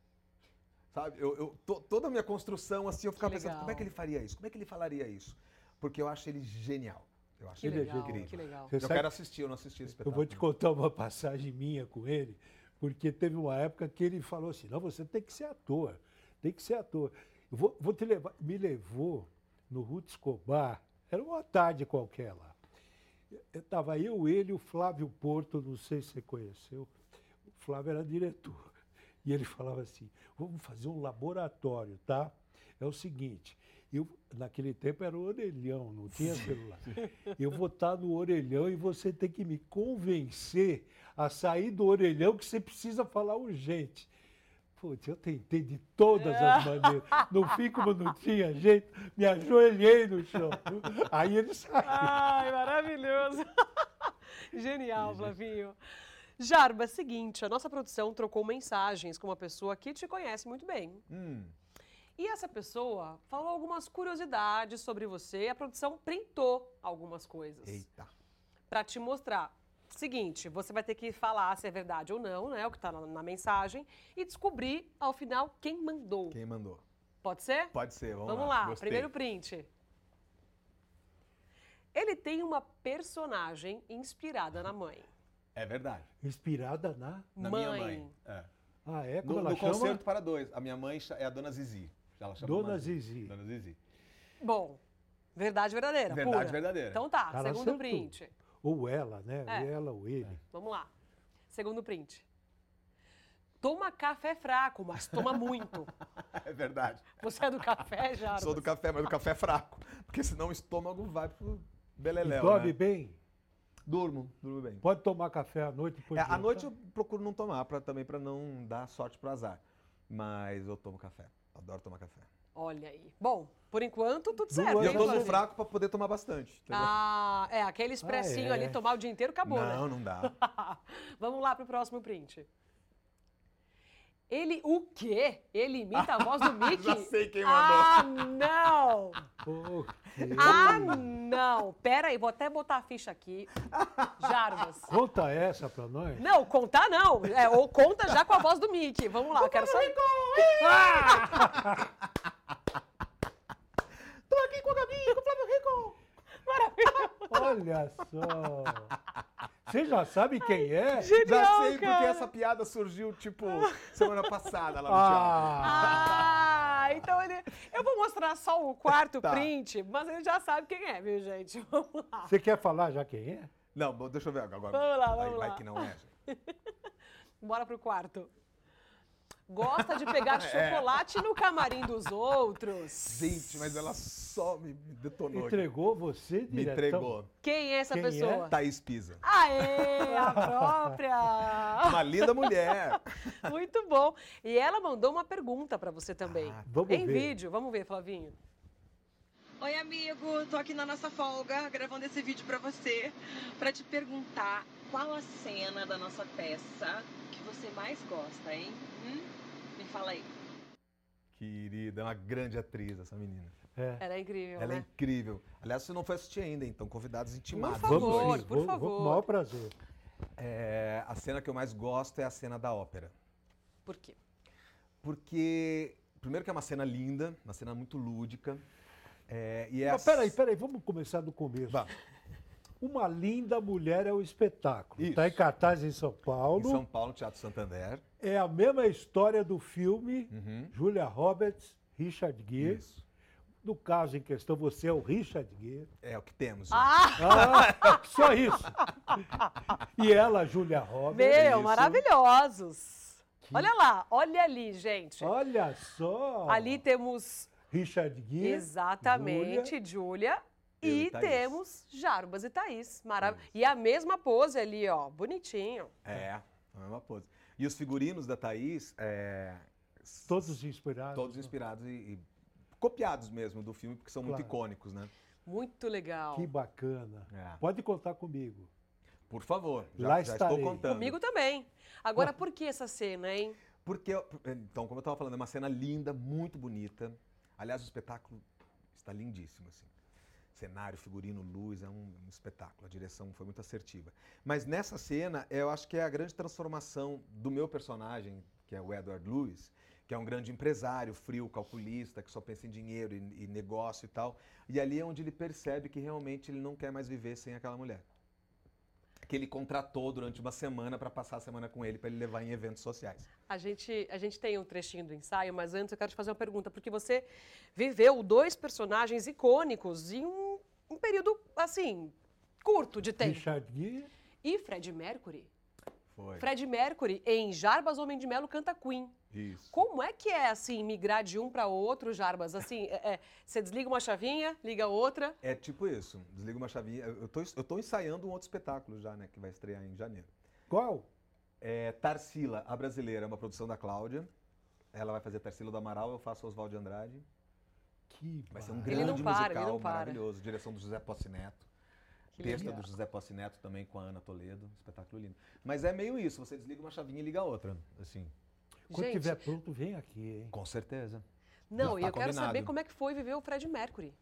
S3: Sabe? Eu, eu- to- toda a minha construção, assim, eu ficava
S4: Que
S3: pensando, como é
S4: legal.
S3: que ele faria isso? Como é que ele falaria isso? Porque eu acho ele genial. Eu acho
S4: Que
S3: ele é
S4: legal,
S3: incrível.
S4: que legal.
S3: Eu
S1: Você sabe-
S3: quero assistir, eu não assisti o
S1: Eu
S3: espetáculo.
S1: vou te contar uma passagem minha com ele, porque teve uma época que ele falou assim: não, você tem que ser ator, tem que ser ator. Eu vou, vou te levar. Me levou no Ruth Escobar, era uma tarde qualquer lá. Estava eu, ele e o Flávio Porto, não sei se você conheceu. O Flávio era diretor. E ele falava assim: vamos fazer um laboratório, tá? É o seguinte, eu, naquele tempo era o orelhão, não tinha celular. Eu vou estar no orelhão e você tem que me convencer a sair do orelhão que você precisa falar urgente. Putz, eu tentei de todas as
S5: É.
S1: maneiras. Não fim, como não tinha jeito, me ajoelhei no chão. Aí ele saiu.
S4: Ai, maravilhoso. Genial, Flavinho. Jarba, seguinte, a nossa produção trocou mensagens com uma pessoa que te conhece muito bem.
S3: Hum,
S4: E essa pessoa falou algumas curiosidades sobre você e a produção printou algumas coisas.
S3: eita.
S4: Pra te mostrar. Seguinte, você vai ter que falar se é verdade ou não, né? O que tá na, na mensagem. E descobrir, ao final, quem mandou.
S3: Quem mandou?
S4: Pode ser?
S3: Pode ser, vamos,
S4: Vamos lá,
S3: Gostei.
S4: primeiro print. Ele tem uma personagem inspirada na mãe.
S5: É verdade.
S1: Inspirada na.
S5: Na
S4: mãe.
S5: minha mãe. É.
S1: Ah, é? Como
S5: No,
S1: ela
S5: no
S1: chama?
S5: concerto para dois. A minha mãe cha- é a dona Zizi. Ela chama
S1: Dona
S5: mamãe.
S1: Zizi.
S5: Dona Zizi.
S4: Bom, verdade verdadeira,
S5: Verdade
S4: pura.
S5: verdadeira.
S4: Então tá,
S1: Cara,
S4: segundo
S1: acertou.
S4: print.
S1: Ou ela, né?
S4: É.
S1: Ela ou ele.
S4: Vamos lá. Segundo print. Toma café fraco, mas toma muito.
S5: É verdade.
S4: Você é do café, Jarbas?
S5: Sou do café, mas do café
S3: é
S5: fraco. Porque senão o estômago vai pro
S1: E
S5: beleléu,
S1: dorme
S5: né?
S1: bem?
S5: Durmo, durmo bem.
S1: Pode tomar café à noite depois
S3: É,
S1: de
S3: à noite eu
S1: jantar?
S3: procuro não tomar, pra, também para não dar sorte pro azar. Mas eu tomo café. Adoro tomar café.
S4: Olha aí. Bom, por enquanto, tudo
S1: Duas
S4: certo.
S3: E eu
S4: hein,
S1: Tem
S3: tomo
S1: café.
S4: Flavinho?
S3: fraco pra poder tomar bastante. entendeu?
S4: Ah, é, aquele expressinho
S1: Ah, é.
S4: ali, tomar o dia inteiro, acabou, né?
S3: não, não dá.
S4: Vamos lá pro próximo print. Ele, o quê? Ele imita a voz do Mickey?
S5: Já sei quem
S4: Ah, não!
S1: Pô,
S4: Ah, não! Pera aí, vou até botar a ficha aqui. Jarvas.
S1: Conta essa pra nós.
S4: Não, contar não. É, ou conta já com a voz do Mickey. Vamos lá, eu quero saber. Ah!
S5: Tô aqui com o Gabinho, com o Flávio Rico.
S1: Olha só. Você já sabe quem
S5: Já
S1: é?
S4: Genial,
S5: sei porque
S4: cara.
S5: essa piada surgiu, tipo, semana passada lá no teatro.
S1: Ah,
S4: Ah, então ele. Eu vou mostrar só o quarto
S5: Tá.
S4: print, mas ele já sabe quem é, viu, gente? Vamos lá.
S1: você quer falar já quem é?
S3: Não, bom, deixa eu ver agora.
S4: Vamos lá,
S3: Aí
S4: vamos
S3: vai
S4: lá.
S3: que não é. gente.
S4: Bora pro quarto. Gosta de pegar chocolate no camarim dos outros.
S3: Gente, mas ela só me me detonou. aqui.
S1: Entregou você direto?
S3: Me entregou.
S4: Quem é essa
S1: Quem é?
S4: pessoa?
S3: Thaís Pisa.
S4: Aê, a própria!
S3: Uma linda mulher.
S4: Muito bom. E ela mandou uma pergunta pra você também.
S3: Ah,
S1: vamos
S4: em
S1: ver.
S4: vídeo, vamos ver, Flavinho.
S8: Oi, amigo. Tô aqui na nossa folga gravando esse vídeo pra você, pra te perguntar qual a cena da nossa peça que você mais gosta, hein? Hum? Me fala aí.
S3: Querida, é uma grande atriz essa menina.
S1: É.
S4: Ela é incrível,
S3: Ela é
S4: né?
S3: incrível. Aliás, você não foi assistir ainda, então convidados intimados.
S4: Por favor,
S1: vamos sim,
S4: por
S1: vou- vou-
S4: favor.
S1: maior prazer.
S3: É, a cena que eu mais gosto é a cena da ópera.
S4: Por quê?
S3: Porque, primeiro que é uma cena linda, uma cena muito lúdica. É, e é
S1: Mas
S3: a-
S1: peraí, tá peraí, vamos começar do começo.
S3: Vá.
S1: Uma linda mulher é o espetáculo. Está em
S3: Isso.
S1: cartaz em São
S3: Em
S1: Paulo.
S3: São Paulo, Teatro Santander.
S1: É a mesma história do filme
S3: Uhum.
S1: Julia Roberts, Richard Gere.
S3: Isso.
S1: No caso em questão, você é o Richard Gere.
S3: É o que temos. gente.
S4: Ah,
S1: Ah, só isso. E ela, Julia Roberts.
S4: meu, maravilhosos! Olha lá, olha ali, gente.
S1: Olha só.
S4: Ali temos
S1: Richard Gere. Julia.
S4: Exatamente, Júlia.
S3: Eu
S4: E
S3: e Thaís.
S4: temos Jarbas e Thaís. Marav E a mesma pose ali, ó. Bonitinho.
S3: É, a mesma pose. E os figurinos da Thaís, é, s-
S1: Todos inspirados.
S3: todos inspirados e, e copiados mesmo do filme, porque são muito
S1: Claro.
S3: icônicos, né?
S4: Muito legal.
S1: Que bacana.
S3: É.
S1: Pode contar comigo.
S3: Por favor, já,
S1: Lá
S3: já estou
S1: estarei.
S3: contando.
S4: Comigo também. Agora, por que essa cena, hein?
S3: Porque, eu- então, como eu estava falando, é uma cena linda, muito bonita. Aliás, o espetáculo está lindíssimo, assim. Cenário, figurino, luz, é um, um espetáculo. A direção foi muito assertiva. Mas nessa cena, eu acho que é a grande transformação do meu personagem, que é o Edward Lewis, que é um grande empresário, frio, calculista, que só pensa em dinheiro e, e negócio e tal. E ali é onde ele percebe que realmente ele não quer mais viver sem aquela mulher. Que ele contratou durante uma semana para passar a semana com ele, para ele levar em eventos sociais.
S4: A gente, a gente tem um trechinho do ensaio, mas antes eu quero te fazer uma pergunta, porque você viveu dois personagens icônicos em um, um período, assim, curto de tempo.
S1: Richard Gere,
S4: E Fred Mercury?
S3: Foi.
S4: Fred Mercury, em Jarbas Homem de Melo, canta Queen.
S3: Isso.
S4: Como é que é, assim, migrar de um para outro, Jarbas? Assim, é- é, você desliga uma chavinha, liga outra.
S3: É tipo isso. Desliga uma chavinha. Eu tô, eu tô ensaiando um outro espetáculo já, né? Que vai estrear em janeiro.
S1: qual?
S3: É Tarsila, a brasileira, é uma produção da Cláudia. Ela vai fazer Tarsila do Amaral, eu faço Oswaldo de Andrade.
S1: Que
S3: Vai ser um
S1: bar-
S4: Ele
S3: grande
S4: não para, ele
S3: musical
S4: não para.
S3: maravilhoso. Direção do José Posse Neto.
S4: Que
S3: Texto
S4: legal.
S3: do José Posse Neto também com a Ana Toledo. Espetáculo lindo. Mas é meio isso, você desliga uma chavinha e liga a outra. Assim,
S1: Quando
S4: Gente,
S1: tiver pronto, vem aqui, hein?
S3: com certeza.
S4: não,
S3: já
S4: e
S3: tá
S4: eu quero saber
S3: combinado.
S4: como é que foi viver o Fred Mercury.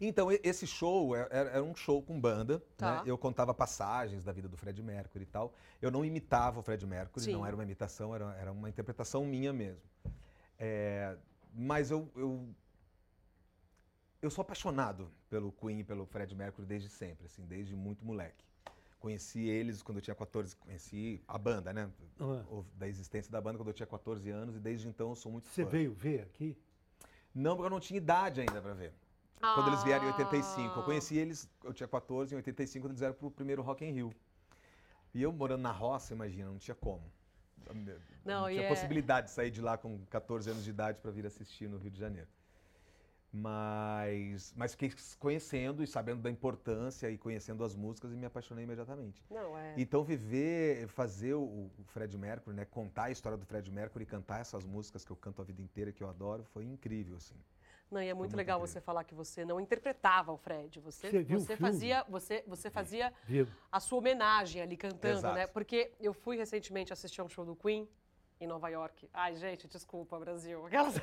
S3: Então, e- esse show é- era, era um show com banda. né?
S4: Tá.
S3: Eu contava passagens da vida do Fred Mercury e tal. Eu não imitava o Fred Mercury,
S4: Sim.
S3: não era uma imitação, era, era uma interpretação minha mesmo. É, mas eu, eu. Eu sou apaixonado pelo Queen e pelo Fred Mercury desde sempre, assim, desde muito moleque. Conheci eles quando eu tinha 14, conheci a banda, né?
S1: Ah,
S3: O- Da existência da banda quando eu tinha 14 anos e desde então eu sou muito
S1: Você
S3: fã.
S1: veio ver aqui?
S3: Não, porque eu não tinha idade ainda pra ver quando eles vieram em 85. Eu
S4: Ah.
S3: conheci eles, eu tinha 14, em 85 eles vieram pro primeiro Rock in Rio. E eu morando na roça, imagina, não tinha como. Não,
S4: Não, e
S3: tinha
S4: é-
S3: possibilidade de sair de lá com 14 anos de idade para vir assistir no Rio de Janeiro. Mas, mas fiquei conhecendo e sabendo da importância e conhecendo as músicas e me apaixonei imediatamente.
S4: Não, é.
S3: Então viver, fazer o, o Fred Mercury, né, contar a história do Fred Mercury, cantar essas músicas que eu canto a vida inteira que eu adoro, foi incrível assim.
S4: Não, e é muito
S3: muito
S4: legal
S3: incrível.
S4: você falar que você não interpretava o Fred. Você,
S1: Você viu o
S4: você
S1: filme?
S4: fazia, você, você fazia
S1: Viu?
S4: a sua homenagem ali cantando,
S3: Exato.
S4: né? Porque eu fui recentemente assistir a um show do Queen em Nova York. Ai, gente, desculpa, Brasil. Aquelas-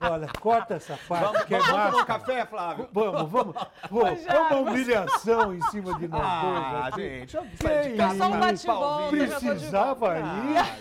S1: Olha, corta essa parte,
S5: Vamos,
S1: que é
S5: vamos tomar um
S1: máscara.
S5: café, Flávio?
S1: Vamos, vamos. Pô, uma humilhação em cima de nós
S5: Ah,
S1: dois aqui.
S5: gente, eu
S1: assim. Que
S5: saí de casa.
S1: isso? Só um
S4: bate-volta,
S5: palvinho.
S4: já tô de
S1: Precisava
S4: volta. Ah.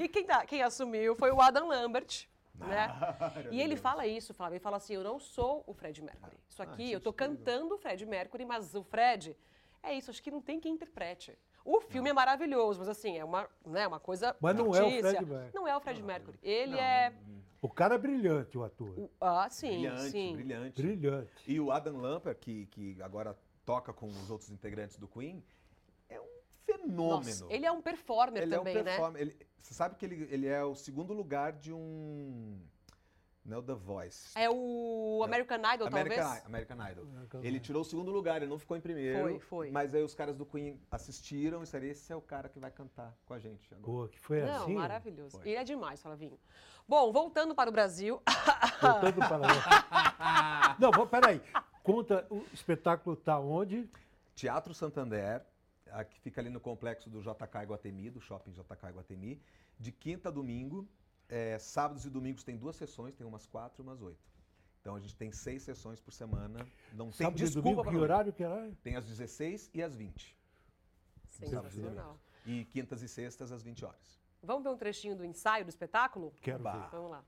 S1: ir.
S4: e quem, tá- quem assumiu foi o Adam Lambert.
S1: Ah,
S4: Né? e ele fala isso, Flávio. Ele fala assim: Eu não sou o Fred Mercury.
S1: Ah,
S4: Isso aqui,
S1: é
S4: eu tô cantando o Fred Mercury, mas o Fred. É isso, acho que não tem quem interprete. O filme é maravilhoso, mas assim, é uma, né, uma coisa.
S1: Mas não é o
S4: fictícia.
S1: Fred Mercury.
S4: Não é o Fred Mercury. Ele é.
S1: O cara é brilhante, o ator.
S4: o- Ah, sim,
S3: Brilhante,
S4: sim.
S3: brilhante.
S1: Brilhante.
S3: E o Adam Lampert, que, que agora toca com os outros integrantes do Queen, é um fenômeno.
S4: Nossa, ele é um performer
S3: Ele
S4: também,
S3: um
S4: né?
S3: performer. ele- você sabe que ele, ele é o segundo lugar de um. Não é o The Voice.
S4: É o American Idol,
S3: American,
S4: talvez?
S3: I- American Idol. Ele tirou o segundo lugar, ele não ficou em primeiro.
S4: Foi, foi.
S3: Mas aí os caras do Queen assistiram e disseram: esse é o cara que vai cantar com a gente agora.
S1: Pô, que foi
S4: Não,
S1: assim.
S4: maravilhoso.
S3: Foi.
S4: Ele é demais, Flavinho. Bom, voltando para o Brasil.
S1: Voltando para lá. Não, vou- peraí. Conta, o espetáculo tá onde?
S3: Teatro Santander, a que fica ali no complexo do JK Iguatemi, do shopping JK Iguatemi, de quinta a domingo. É, sábados e domingos tem duas sessões, tem umas quatro e umas oito. Então a gente tem seis sessões por semana. Não tem
S1: Sábado e
S3: desculpa
S1: domingo,
S3: pra
S1: que
S3: não ir.
S1: horário que era?
S3: Tem às 16 e às 20.
S4: Sensacional.
S3: E quintas e sextas às 20 horas.
S4: Vamos ver um trechinho do ensaio, do espetáculo?
S1: Quero
S3: Bah.
S1: ver.
S4: Vamos lá.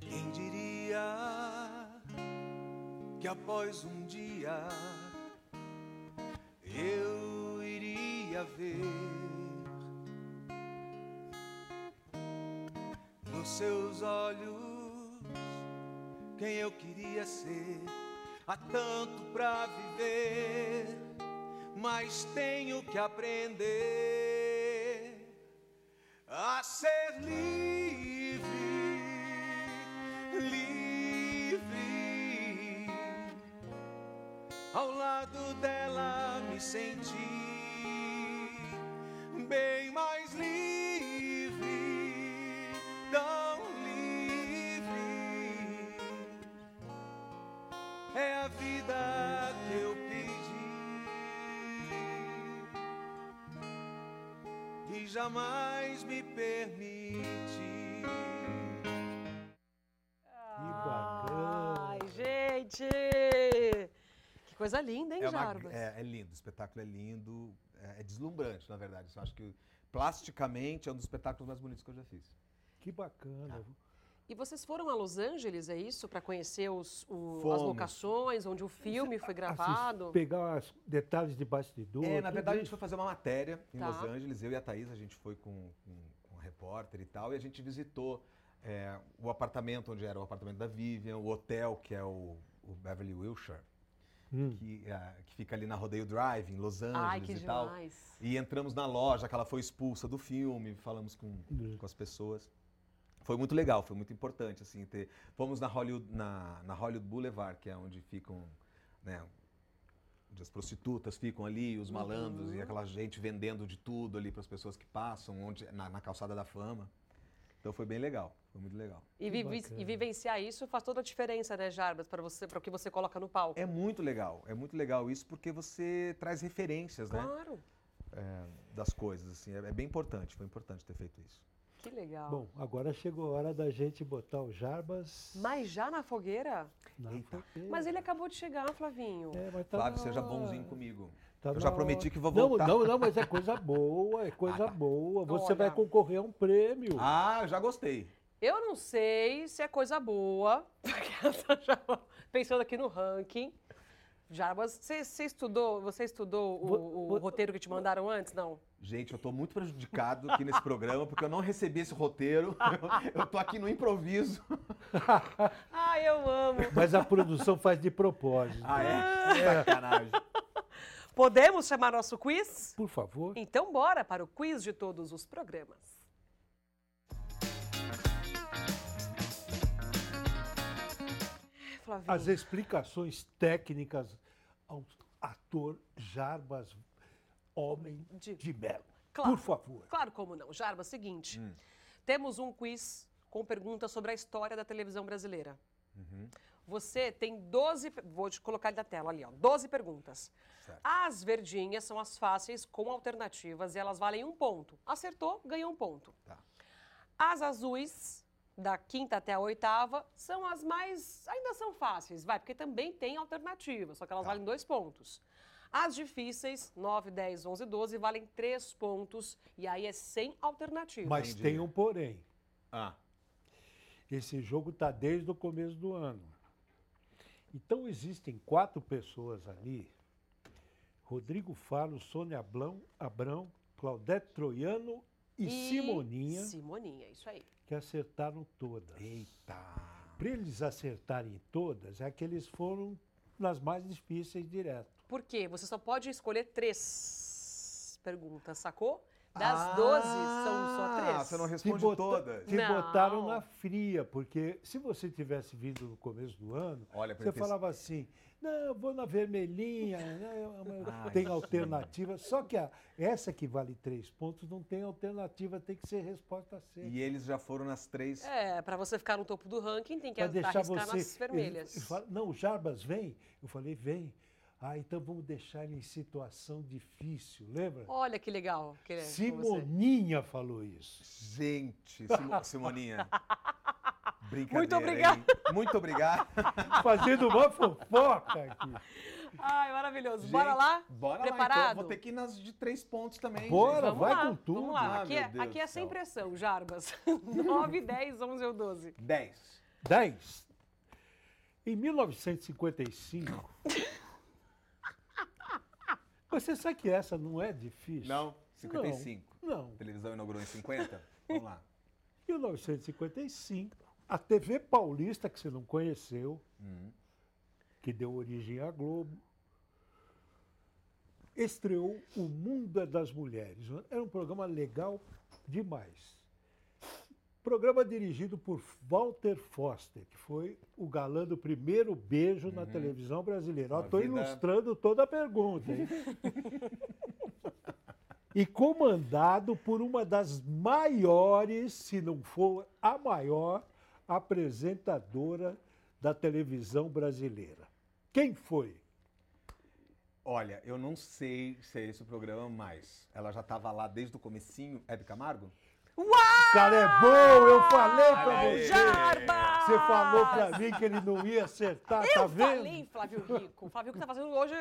S6: Quem diria que após um dia eu iria ver nos seus olhos quem eu queria ser? Há tanto pra viver, mas tenho que aprender a ser livre, livre. Ao lado dela me senti bem mais livre, tão livre. É a vida que eu pedi e jamais me permiti.
S1: E Ah.
S4: gente! Que coisa linda, hein,
S3: é, uma-
S4: Jarbas?
S3: é- é lindo, o espetáculo é lindo, é, é deslumbrante, na verdade. Eu acho que plasticamente é um dos espetáculos mais bonitos que eu já fiz.
S1: Que bacana. viu?
S4: E vocês foram a Los Angeles, é isso? Para conhecer os, o- as
S3: Fomos.
S4: locações, onde o filme foi Tá gravado?
S1: Assis- Pegar os detalhes de bastidor.
S3: É, na
S1: tudo
S3: verdade, a gente
S1: isso.
S3: foi fazer uma matéria em
S4: Tá.
S3: Los Angeles. Eu e a Thaís, a gente foi com, com, com um repórter e tal, e a gente visitou é, o apartamento onde era o apartamento da Vivian, o hotel que é o, o Beverly Wilshire,
S1: Hum.
S3: que, é, que fica ali na Rodeio Drive, em Los Angeles
S4: Ai, que
S3: e tal.
S4: demais.
S3: E entramos na loja, que ela foi expulsa do filme, falamos com,
S1: Hum.
S3: com as pessoas. Foi muito legal, foi muito importante, assim, ter... Fomos na Hollywood, na, na Hollywood Boulevard, que é onde ficam, né, onde as prostitutas ficam ali, os malandros e aquela gente vendendo de tudo ali para as pessoas que passam, onde, na, na calçada da fama. Então foi bem legal, foi muito legal.
S4: E,
S1: Que
S4: vivi-
S1: bacana.
S4: e vivenciar isso faz toda a diferença, né, Jarbas, para você, para o que você coloca no palco.
S3: É muito legal, é muito legal isso porque você traz referências, né,
S4: Claro,
S3: das coisas, assim, é, é bem importante, foi importante ter feito isso.
S4: que legal.
S1: Bom, agora chegou a hora da gente botar o Jarbas
S4: Mas já na fogueira?
S1: na fogueira.
S4: Mas ele acabou de chegar, Flavinho.
S1: É, mas tá
S3: Flávio,
S1: na
S3: seja
S1: hora,
S3: bonzinho comigo.
S1: tá
S3: Eu
S1: na
S3: já prometi
S1: hora.
S3: que vou
S1: Não,
S3: voltar.
S1: Não, não, mas é coisa boa, é coisa
S3: Ah, tá.
S1: boa. Você
S4: Então, Olha.
S1: vai concorrer a um prêmio.
S3: Ah, eu já gostei.
S4: Eu não sei se é coisa boa, já pensando aqui no ranking. Jarbas, você você estudou, você estudou o,
S1: Vo-
S4: o
S1: vo-
S4: roteiro que te mandaram antes? Não.
S3: Gente, eu tô muito prejudicado aqui nesse programa, porque eu não recebi esse roteiro. Eu, eu tô aqui no improviso.
S4: Ai, Ah, eu amo.
S1: Mas a produção faz de propósito.
S3: Ah, é? Sacanagem.
S4: Podemos chamar nosso quiz?
S1: Por favor.
S4: Então bora para o quiz de todos os programas. Ai, Flavinho.
S1: As explicações técnicas ao ator Jarbas Homem
S4: De-
S1: de Melo.
S4: Claro.
S1: Por favor.
S4: Claro como não. Jarba, seguinte.
S3: Hum.
S4: Temos um quiz com perguntas sobre a história da televisão brasileira.
S3: Uhum.
S4: Você tem 12. pe- Vou te colocar ali na tela ali, ó. 12 perguntas.
S3: Certo.
S4: As verdinhas são as fáceis com alternativas e elas valem um ponto. Acertou, ganha um ponto.
S3: Tá.
S4: As azuis, da quinta até a oitava, são as mais. ainda são fáceis, vai, porque também tem alternativa, só que elas
S3: Tá.
S4: valem dois pontos. As difíceis, 9, 10, 11, 12, valem três pontos. E aí é sem alternativa.
S1: Mas
S3: Entendi.
S1: tem um porém.
S3: Ah,
S1: Esse jogo está desde o começo do ano. Então existem quatro pessoas ali: Rodrigo Faro, Sônia Abrão, Abrão Claudete Troiano e, Simoninha,
S4: Simoninha, isso aí.
S1: que acertaram todas.
S3: eita.
S1: Para eles acertarem todas, é que eles foram nas mais difíceis direto.
S4: Por quê? Você só pode escolher três perguntas, sacou? Das 12, são só
S3: Ah,
S4: três.
S3: você não
S1: Te
S3: responde
S1: bota-
S3: todas.
S1: Te
S4: Não.
S1: botaram na fria, porque se você tivesse vindo no começo do ano,
S3: Olha,
S1: você
S3: pensei-
S1: falava assim, não, eu vou na vermelhinha, né, eu- eu-
S3: Ai,
S1: tem
S3: sim.
S1: alternativa. Só que a- essa que vale três pontos não tem alternativa, tem que ser resposta certa.
S3: E eles já foram nas três.
S4: É, pra você ficar no topo do ranking, tem que
S1: Pra deixar
S4: arriscar
S1: você.
S4: nas vermelhas.
S1: Ele fala, não, o Jarbas vem. Eu falei, vem. Ah, então vamos deixar ele em situação difícil, lembra?
S4: Olha que legal. Que é com você.
S1: Simoninha falou isso.
S3: Gente, Simo- Simoninha. Brincadeira.
S4: Muito obrigada.
S3: hein? Muito obrigado.
S1: Fazendo uma fofoca aqui.
S4: Ai, maravilhoso. Bora lá?
S3: Bora lá, então.
S4: Preparado?
S3: Vou ter que ir nas de três pontos também.
S1: Bora,
S3: gente.
S1: vai
S4: lá,
S1: com tudo.
S4: Vamos lá.
S3: Ah,
S4: aqui
S3: meu
S4: é,
S3: Deus
S4: aqui é
S3: do
S4: sem
S3: céu.
S4: pressão, Jarbas. 9, 10, 11 ou 12.
S3: Dez.
S1: 10. Em 1955. Você sabe que essa não é difícil?
S3: Não, 55.
S1: Não.
S3: A televisão inaugurou em 50? Vamos lá.
S1: 1955, a TV Paulista, que você não conheceu,
S3: Hum.
S1: que deu origem à Globo, estreou O Mundo é das Mulheres. Era um programa legal demais. Programa dirigido por Walter Foster, que foi o galã do primeiro beijo na televisão brasileira.
S3: Uhum. Uma
S1: Estou
S3: vida-
S1: ilustrando toda a pergunta. hein? e comandado por uma das maiores, se não for a maior, apresentadora da televisão brasileira. Quem foi?
S3: Olha, eu não sei se é esse o programa, mas ela já estava lá desde o comecinho. Hebe Camargo?
S1: O cara é bom, eu falei pra
S5: Olha aí.
S1: você.
S4: Jarbas!
S1: É. Você falou pra mim que ele não ia acertar,
S4: Eu
S1: tá vendo?
S4: falei, Flávio Rico. O Flávio Rico tá fazendo hoje.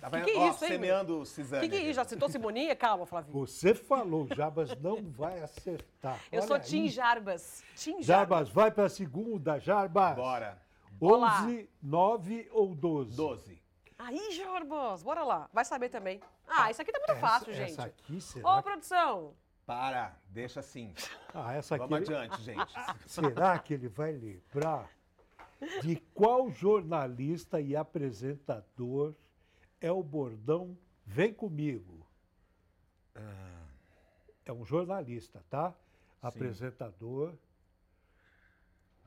S5: Tá
S4: que
S5: vendo?
S4: que é
S5: Ó,
S4: isso, hein?
S5: semeando o
S4: O
S5: Cisane.
S4: que, que é
S1: né,
S4: isso? Já citou Simoninha? Calma, Flavinho.
S1: Você falou, Jabas não vai acertar.
S4: Eu
S1: Olha
S4: sou
S1: aí.
S4: Tim Jarbas. Tim Jarbas.
S1: Jarbas, vai pra segunda, Jarbas.
S5: Bora.
S1: 11, 9 ou 12?
S5: 12.
S4: Aí, Jarbas, bora lá. Vai saber também. Ah, isso aqui tá muito
S1: Essa,
S4: fácil, gente.
S1: essa aqui, será?
S4: Ô, produção.
S5: Para, deixa assim.
S1: que- Ah,
S4: Tá
S1: essa aqui.
S5: Vamos adiante, gente.
S1: Será que ele vai lembrar de qual jornalista e apresentador é o bordão Vem Comigo?
S5: Ah.
S1: É um jornalista, tá? Apresentador.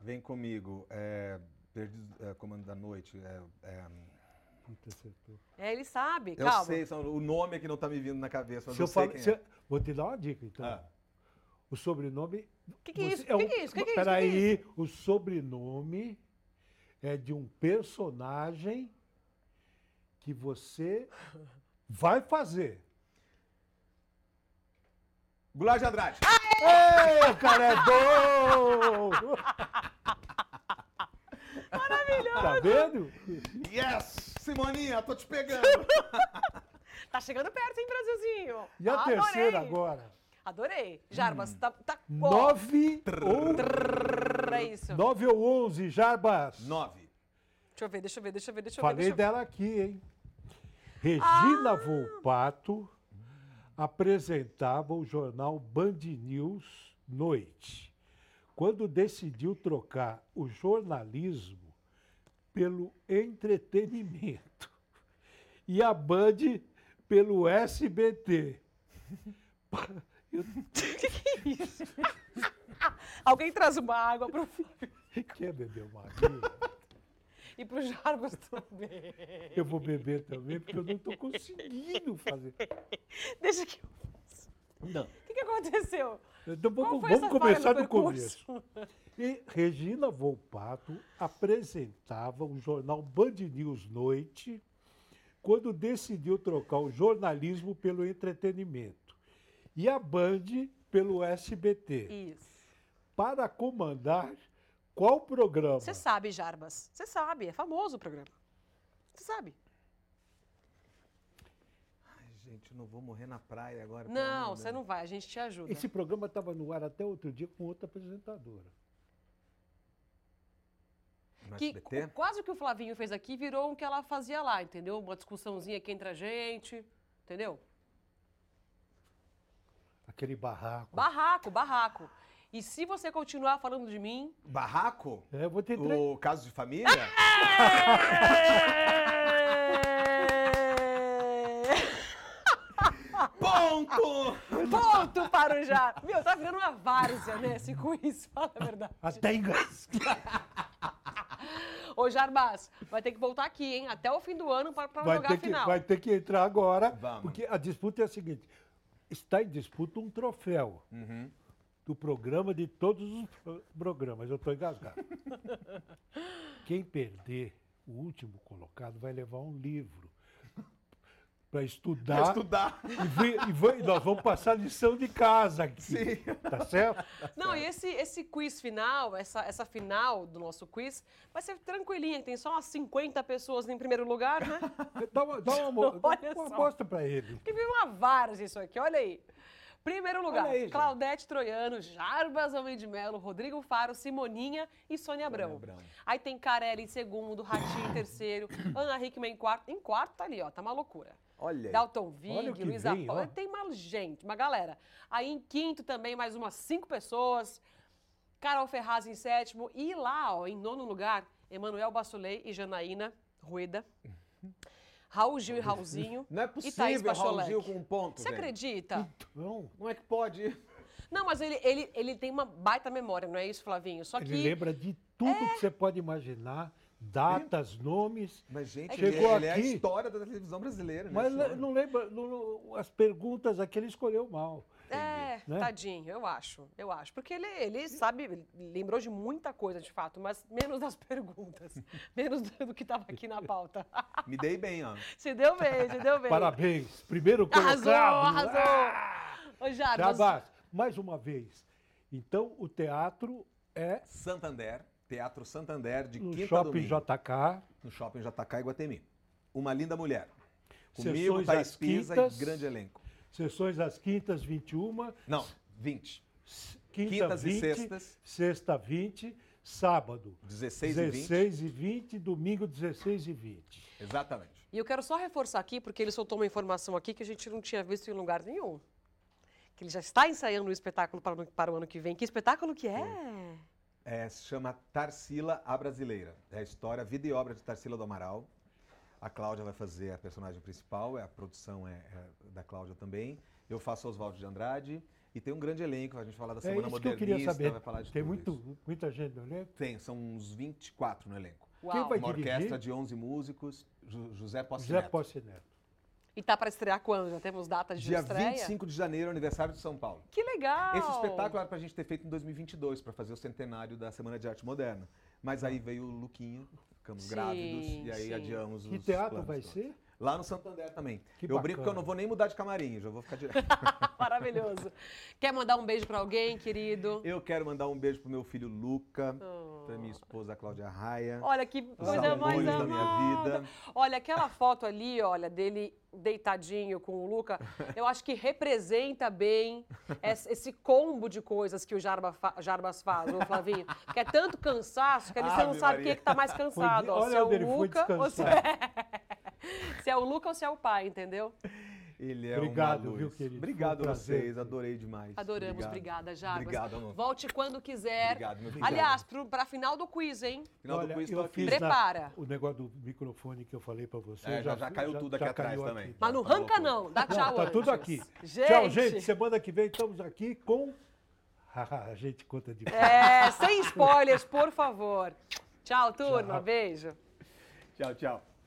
S5: Vem comigo. É, perdido, é, comando da noite. é, é,
S1: Puta, acertou.
S4: É, ele sabe.
S5: eu
S4: Calma.
S5: sei, são- o nome é que não tá me vindo na cabeça, mas
S1: Se
S5: eu,
S1: eu
S5: sei
S1: falo-
S5: quem
S1: se
S5: é.
S1: eu- Vou te dar uma dica, então.
S5: Ah.
S1: O sobrenome.
S4: Que que é
S1: você- um
S4: isso? Que que é isso? Que que é isso?
S1: Peraí,
S4: Que que
S1: o sobrenome é de um personagem que você vai fazer.
S5: Goulart de Andrade.
S4: Ah!
S1: Ei, o cara é bom! Maravilhoso! Tá vendo?
S5: Yes! Simoninha, tô te pegando.
S4: Tá chegando perto, hein, Brasilzinho?
S1: E a
S4: Adorei.
S1: terceira agora?
S4: Adorei. Jarbas, tá. tá ó,
S1: Nove ou,
S4: trrr, É isso.
S1: nove ou onze, Jarbas.
S5: 9.
S4: Deixa eu ver, deixa eu ver, deixa eu ver, deixa eu ver.
S1: Falei
S4: Então, deixa eu Ah! ver.
S1: dela aqui, hein? Regina Volpato apresentava o jornal Band News Noite, quando decidiu trocar o jornalismo pelo entretenimento e a Band pelo SBT.
S4: Alguém traz uma água pro Flávio
S1: Quer beber uma aguinha?
S4: e pro Jarbas também.
S1: Eu vou beber também, porque eu não estou conseguindo fazer.
S4: Deixa que eu.
S1: Não.
S4: O que, que aconteceu?
S1: Então
S4: Qual
S1: vamos,
S4: foi
S1: vamos
S4: essa falha
S1: começar
S4: no
S1: do
S4: percurso?
S1: começo. E Regina Volpato apresentava o jornal Band News Noite quando decidiu trocar o jornalismo pelo entretenimento e a Band pelo SBT
S4: Isso.
S1: para comandar qual programa?
S4: Você sabe, Jarbas. Você sabe, é famoso o programa. Você sabe.
S5: Ai, gente, eu não vou morrer na praia
S1: É
S5: agora. pelo amor
S4: Não,
S5: de
S1: né?
S4: você
S5: Deus.
S4: não vai, a gente te ajuda.
S1: Esse programa estava no ar até outro dia com outra apresentadora.
S5: No
S4: Que
S5: SBT?
S4: qu- quase o que o Flavinho fez aqui virou o que ela fazia lá, entendeu? Uma discussãozinha aqui entre a gente, entendeu?
S1: Aquele barraco.
S4: Barraco, barraco. E se você continuar falando de mim,
S5: Barraco?
S1: É, eu vou ter três.
S5: O caso de família?
S1: É.
S5: Ponto!
S4: ponto para o já. Meu, tá virando uma várzea, né? Esse quiz, fala a verdade.
S1: Até engasguei.
S4: Ô, Jarbas, vai ter que voltar aqui, hein? Até o fim do ano para
S1: Vai
S4: jogar a
S1: ter, que,
S4: final.
S1: vai ter que entrar agora,
S5: Vamos.
S1: porque a disputa é a seguinte: está em disputa um troféu
S5: Uhum.
S1: do programa de todos os pro- programas. Eu estou engasgado. Quem perder o último colocado vai levar um livro para
S5: Pra
S1: estudar.
S5: estudar.
S1: E, vi- e va- e nós vamos passar lição de casa aqui.
S5: Sim.
S1: Tá certo?
S4: Não, e esse, esse quiz final, essa, essa final do nosso quiz, vai ser tranquilinha, que tem só umas 50 pessoas em primeiro lugar, né?
S1: Dá uma, dá uma, mo-
S4: Olha
S1: uma
S4: só.
S1: amostra para ele.
S4: Que virou uma várzea isso aqui, olha aí. Primeiro lugar,
S1: Olha aí, gente.
S4: Claudete Troiano, Jarbas Almeida de Melo, Rodrigo Faro, Simoninha e Sônia Abrão.
S5: Abrão.
S4: Aí tem Carelli em segundo, Ratinho em terceiro, Ana Hickman em quarto. Em quarto tá ali, ó, tá uma loucura.
S5: Olha aí.
S4: Dalton
S1: Olha o
S4: Vig,
S1: que
S4: Luísa
S1: vem,
S4: Paula,
S1: ó.
S4: tem uma gente, uma galera. Aí em quinto também mais umas cinco pessoas, Carol Ferraz em sétimo e lá, ó, em nono lugar, Emanuel Bassolei e Janaína Rueda. Raul Gil e Raulzinho.
S1: um
S5: Não é
S1: tá
S4: E Thaís
S5: possível, Raul
S4: Pacholek.
S5: Gil com um ponto,
S4: Você
S5: gente.
S4: acredita?
S1: Então,
S5: Como é que pode?
S4: Não, mas ele, ele, ele tem uma baita memória, não é isso, Flavinho? Só
S1: ele
S4: que. É.
S1: lembra de tudo que você pode imaginar: datas, nomes.
S5: Mas, gente,
S1: Chegou
S5: ele, ele é a
S1: aqui.
S5: história da televisão brasileira. né,
S1: Mas
S5: senhora?
S1: le- não lembra, não- não- as perguntas aqui ele escolheu mal.
S4: É,
S1: né?
S4: tadinho, eu acho, eu acho. Porque ele, ele sabe, ele lembrou de muita coisa, de fato, mas menos das perguntas. menos do do que estava aqui na pauta.
S5: Me dei bem, ó.
S4: se deu bem, se deu bem.
S1: Parabéns, primeiro colocado.
S3: Ah!
S4: Arrasou, arrasou. Ô, Jarbas,
S1: Jabás, mais uma vez. Então, o teatro é
S3: Santander, Teatro Santander, de
S1: no
S3: quinta a
S1: Shopping
S3: domingo.
S1: JK.
S3: No Shopping JK Iguatemi. Uma linda mulher. Comigo,
S1: Sessões
S3: Thais
S1: às
S3: Pisa
S1: quintas.
S3: e grande elenco.
S1: Sessões às quintas, 21.
S3: Não, 20.
S1: s- Quinta,
S3: Quintas e
S1: 20,
S3: sextas.
S1: Sexta, 20. Sábado,
S3: 16, 16 e 20.
S1: 16 e 20. Domingo, 16 e 20.
S3: Exatamente.
S4: E eu quero só reforçar aqui, porque ele soltou uma informação aqui que a gente não tinha visto em lugar nenhum. Que ele já está ensaiando um espetáculo para, o- para o ano que vem. Que espetáculo que é?
S3: É, se chama Tarsila a Brasileira. É a história, vida e obra de Tarsila do Amaral. A Cláudia vai fazer a personagem principal, é, a produção é, é da Cláudia também. Eu faço Oswaldo de Andrade. E tem um grande elenco, a gente fala da
S1: É
S3: Semana
S1: isso que eu
S3: Modernista,
S1: queria saber.
S3: vai falar de
S1: Tem
S3: tudo
S1: muito,
S3: isso.
S1: muita gente é? no elenco.
S3: Tem, são uns 24 no elenco.
S1: Quem
S4: Uau.
S1: vai
S3: Uma
S1: dirigir?
S3: orquestra de 11 músicos, Ju- José Posse
S1: José
S3: Neto.
S1: Posse Neto.
S4: E tá para estrear quando? Já temos data de
S3: Dia
S4: estreia?
S3: 25 de janeiro, aniversário de São Paulo.
S4: Que legal!
S3: Esse espetáculo era pra gente ter feito em 2022, pra fazer o centenário da Semana de Arte Moderna. Mas aí veio o Luquinha, ficamos
S4: Sim,
S3: grávidos, e aí
S4: Tá. sim.
S3: adiamos
S1: Que
S3: os
S1: teatro
S3: planos
S1: vai
S3: todos.
S1: ser?
S3: Lá no Santander também.
S1: Que
S3: eu brinco que eu
S1: bacana.
S3: não vou nem mudar de camarim, já vou ficar direto.
S4: Maravilhoso. Quer mandar um beijo para alguém, querido?
S3: eu quero mandar um beijo pro meu filho Luca,
S4: Oh.
S3: pra minha esposa Cláudia Raia,
S4: Olha que
S3: os
S4: coisa mais
S3: amores
S4: amada.
S3: da minha vida.
S4: Olha, aquela foto ali, olha, dele deitadinho com o Luca, eu acho que representa bem es- esse combo de coisas que o Jarba fa- Jarbas faz, ô Flavinho. Porque é tanto cansaço que ali você não
S3: Ave
S4: sabe quem
S3: Maria.
S4: é que tá mais cansado.
S1: Foi-
S4: ó,
S1: olha
S4: se é o
S1: onde ele foi
S4: Luca ou se
S1: descansar.
S4: é... se é o Luca ou se é o pai, entendeu?
S3: Ele é
S1: Obrigado,
S3: uma luz.
S1: viu, querido? Foi um
S3: Obrigado a
S1: prazer.
S3: vocês, adorei demais.
S4: Adoramos, obrigada, Jarbas.
S3: Obrigado, amor.
S4: Volte quando quiser.
S3: Obrigado, Tá, meu filho.
S4: Aliás, pro, pra final do quiz, hein?
S3: final
S1: Olha,
S3: do quiz,
S1: eu
S3: tô aqui.
S1: fiz na-
S4: Prepara.
S1: o negócio do microfone que eu falei para você.
S3: É, já- já caiu tudo aqui atrás
S1: caiu
S3: também.
S4: Mas não
S3: Tá
S4: arranca
S3: loucura.
S4: não, dá tchau
S1: Não, tá
S4: antes.
S1: tudo aqui.
S4: Gente.
S1: Tchau, gente. Semana que vem estamos aqui com. a gente conta de
S4: É, sem spoilers, por favor. Tchau, turma. Beijo.
S5: Tchau, tchau.